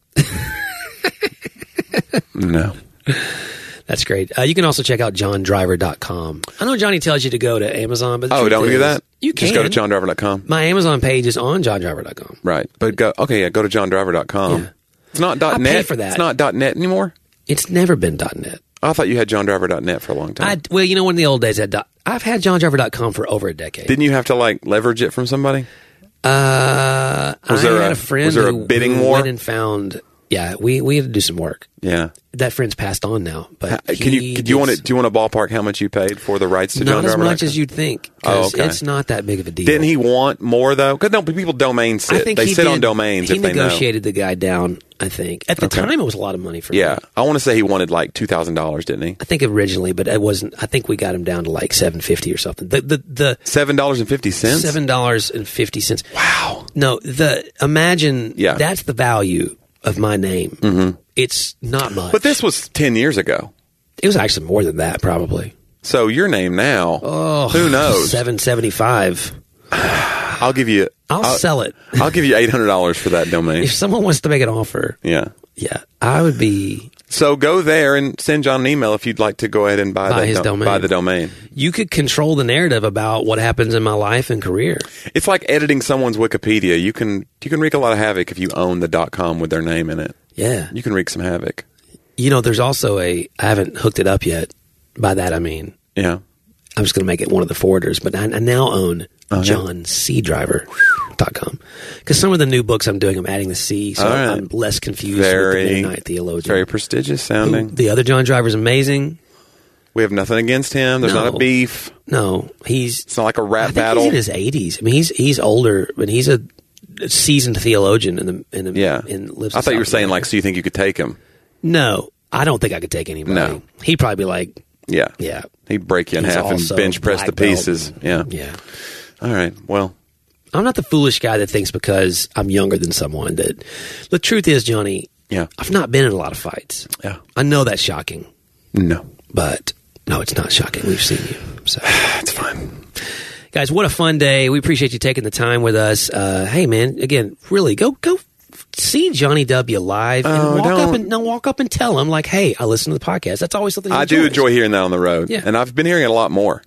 Speaker 5: no
Speaker 4: That's great. Uh, you can also check out johndriver.com. I know Johnny tells you to go to Amazon, but the
Speaker 5: oh
Speaker 4: truth
Speaker 5: don't
Speaker 4: is,
Speaker 5: do that
Speaker 4: You can
Speaker 5: just go to johndriver.com
Speaker 4: My Amazon page is on johndriver.com.
Speaker 5: right but go okay yeah go to johndriver.com
Speaker 4: Yeah.
Speaker 5: it's not dot
Speaker 4: I
Speaker 5: net
Speaker 4: pay for that.
Speaker 5: it's not dot net anymore
Speaker 4: It's never been .net.
Speaker 5: i thought you had johndriver.net for a long time
Speaker 4: I, well, you know, when the old days had dot, I've had johndriver.com for over a decade.
Speaker 5: didn't you have to like leverage it from somebody
Speaker 4: uh,
Speaker 5: Was
Speaker 4: I
Speaker 5: there
Speaker 4: had
Speaker 5: a-
Speaker 4: a friend
Speaker 5: was there a
Speaker 4: who-
Speaker 5: bidding
Speaker 4: who
Speaker 5: war?
Speaker 4: went and found. Yeah, we, we had to do some work.
Speaker 5: yeah
Speaker 4: That friend's passed on now, but
Speaker 5: Can you
Speaker 4: he
Speaker 5: do you
Speaker 4: did
Speaker 5: want to
Speaker 4: some-
Speaker 5: do you want to ballpark how much you paid for the rights to John
Speaker 4: Not as
Speaker 5: Driver?
Speaker 4: much as you'd think. 'cause
Speaker 5: Oh, okay.
Speaker 4: It's not that big of a deal.
Speaker 5: Didn't he want more though? Because no, people domain sit.
Speaker 4: I think
Speaker 5: they
Speaker 4: he
Speaker 5: sit on
Speaker 4: did-
Speaker 5: domains
Speaker 4: He
Speaker 5: if they know.
Speaker 4: negotiated the guy down. I think at the time it was a lot of money for.
Speaker 5: Yeah,
Speaker 4: him.
Speaker 5: I want to say he wanted like two thousand dollars, didn't he?
Speaker 4: I think originally, but it wasn't. I think we got him down to like seven fifty or something. The the
Speaker 5: Seven dollars and fifty
Speaker 4: the
Speaker 5: cents.
Speaker 4: seven dollars and fifty cents.
Speaker 5: Wow.
Speaker 4: No, the imagine.
Speaker 5: Yeah.
Speaker 4: that's the value of my name. Mm-hmm. It's not much,
Speaker 5: But this was ten years ago.
Speaker 4: it was actually more than that, probably.
Speaker 5: So your name now.
Speaker 4: Oh,
Speaker 5: who knows?
Speaker 4: Seven seventy five.
Speaker 5: I'll give you.
Speaker 4: I'll sell it
Speaker 5: I'll give you eight hundred dollars for that domain.
Speaker 4: if someone wants to make an offer.
Speaker 5: Yeah.
Speaker 4: Yeah, I would be.
Speaker 5: So go there and send John an email if you'd like to go ahead and buy,
Speaker 4: Buy
Speaker 5: the
Speaker 4: his
Speaker 5: do-
Speaker 4: domain.
Speaker 5: Buy the domain.
Speaker 4: You could control the narrative about what happens in my life and career.
Speaker 5: It's like editing someone's Wikipedia. You can you can wreak a lot of havoc if you own the dot com with their name in it.
Speaker 4: Yeah.
Speaker 5: You can wreak some havoc.
Speaker 4: You know, there's also a. I haven't hooked it up yet. By that I mean,
Speaker 5: Yeah.
Speaker 4: I'm just going to make it one of the forwarders. But I, I now own
Speaker 5: Oh,
Speaker 4: johncdriver.com because some of the new books I'm doing, I'm adding the C, so
Speaker 5: All right.
Speaker 4: I'm less confused. with the
Speaker 5: Very
Speaker 4: Mennonite theologian.
Speaker 5: Very prestigious sounding.
Speaker 4: the other John Driver's amazing.
Speaker 5: We have nothing against him. There's not
Speaker 4: No.
Speaker 5: a beef.
Speaker 4: No, he's
Speaker 5: It's not like a
Speaker 4: I
Speaker 5: rap
Speaker 4: think
Speaker 5: battle.
Speaker 4: he's in his 80s. I mean, he's he's older, but he's a seasoned theologian in the in the
Speaker 5: yeah.
Speaker 4: In, lives
Speaker 5: I
Speaker 4: in
Speaker 5: thought you were
Speaker 4: South
Speaker 5: saying like,
Speaker 4: America.
Speaker 5: so you think you could take him?
Speaker 4: no. I don't think I could take anybody.
Speaker 5: No.
Speaker 4: He'd probably be like,
Speaker 5: Yeah.
Speaker 4: yeah,
Speaker 5: He'd break you in
Speaker 4: He's
Speaker 5: half and
Speaker 4: also
Speaker 5: bench press the
Speaker 4: black belt.
Speaker 5: pieces. Yeah.
Speaker 4: yeah.
Speaker 5: All right. Well,
Speaker 4: I'm not the foolish guy that thinks because I'm younger than someone that the truth is, Johnny,
Speaker 5: Yeah.
Speaker 4: I've not been in a lot of fights.
Speaker 5: Yeah.
Speaker 4: I know that's shocking,
Speaker 5: No.
Speaker 4: but no, it's not shocking. We've seen you. So
Speaker 5: It's fine.
Speaker 4: guys, what a fun day. We appreciate you taking the time with us. Uh, hey man, again, really go go see Johnny W live and
Speaker 5: Oh,
Speaker 4: walk up
Speaker 5: don't.
Speaker 4: and no, walk up and tell him like, hey, I listen to the podcast. That's always something he
Speaker 5: I do
Speaker 4: enjoys.
Speaker 5: enjoy hearing that on the road.
Speaker 4: Yeah.
Speaker 5: And I've been hearing it a lot more.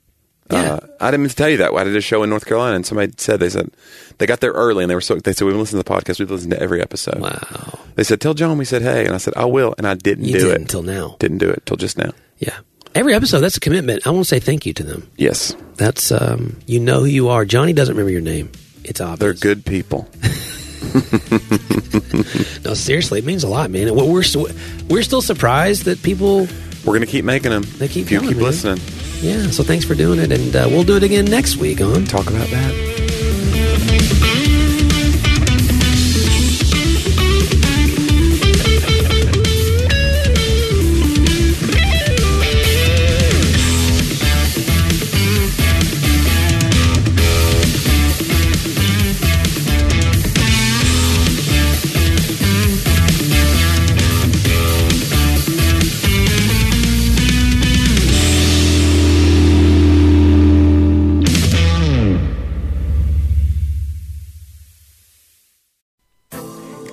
Speaker 4: Yeah.
Speaker 5: Uh, I didn't mean to tell you that. I did a show in North Carolina, and somebody said they said they got there early, and they were so they said we've listened to the podcast, we've listened to every episode.
Speaker 4: Wow.
Speaker 5: They said tell John we said hey, and I said I will, and I didn't
Speaker 4: You
Speaker 5: do
Speaker 4: didn't
Speaker 5: it
Speaker 4: until now.
Speaker 5: Didn't do it till just now.
Speaker 4: Yeah. Every episode, that's a commitment. I want to say thank you to them.
Speaker 5: Yes,
Speaker 4: That's um, you know who you are. Johnny doesn't remember your name. It's obvious.
Speaker 5: they're good people.
Speaker 4: No, seriously, it means a lot, man. We're we're, so- we're still surprised that people.
Speaker 5: We're gonna keep making them.
Speaker 4: They keep
Speaker 5: If you
Speaker 4: coming,
Speaker 5: keep
Speaker 4: man.
Speaker 5: listening.
Speaker 4: Yeah. So thanks for doing it, and uh, we'll do it again next week on
Speaker 5: Talk about that.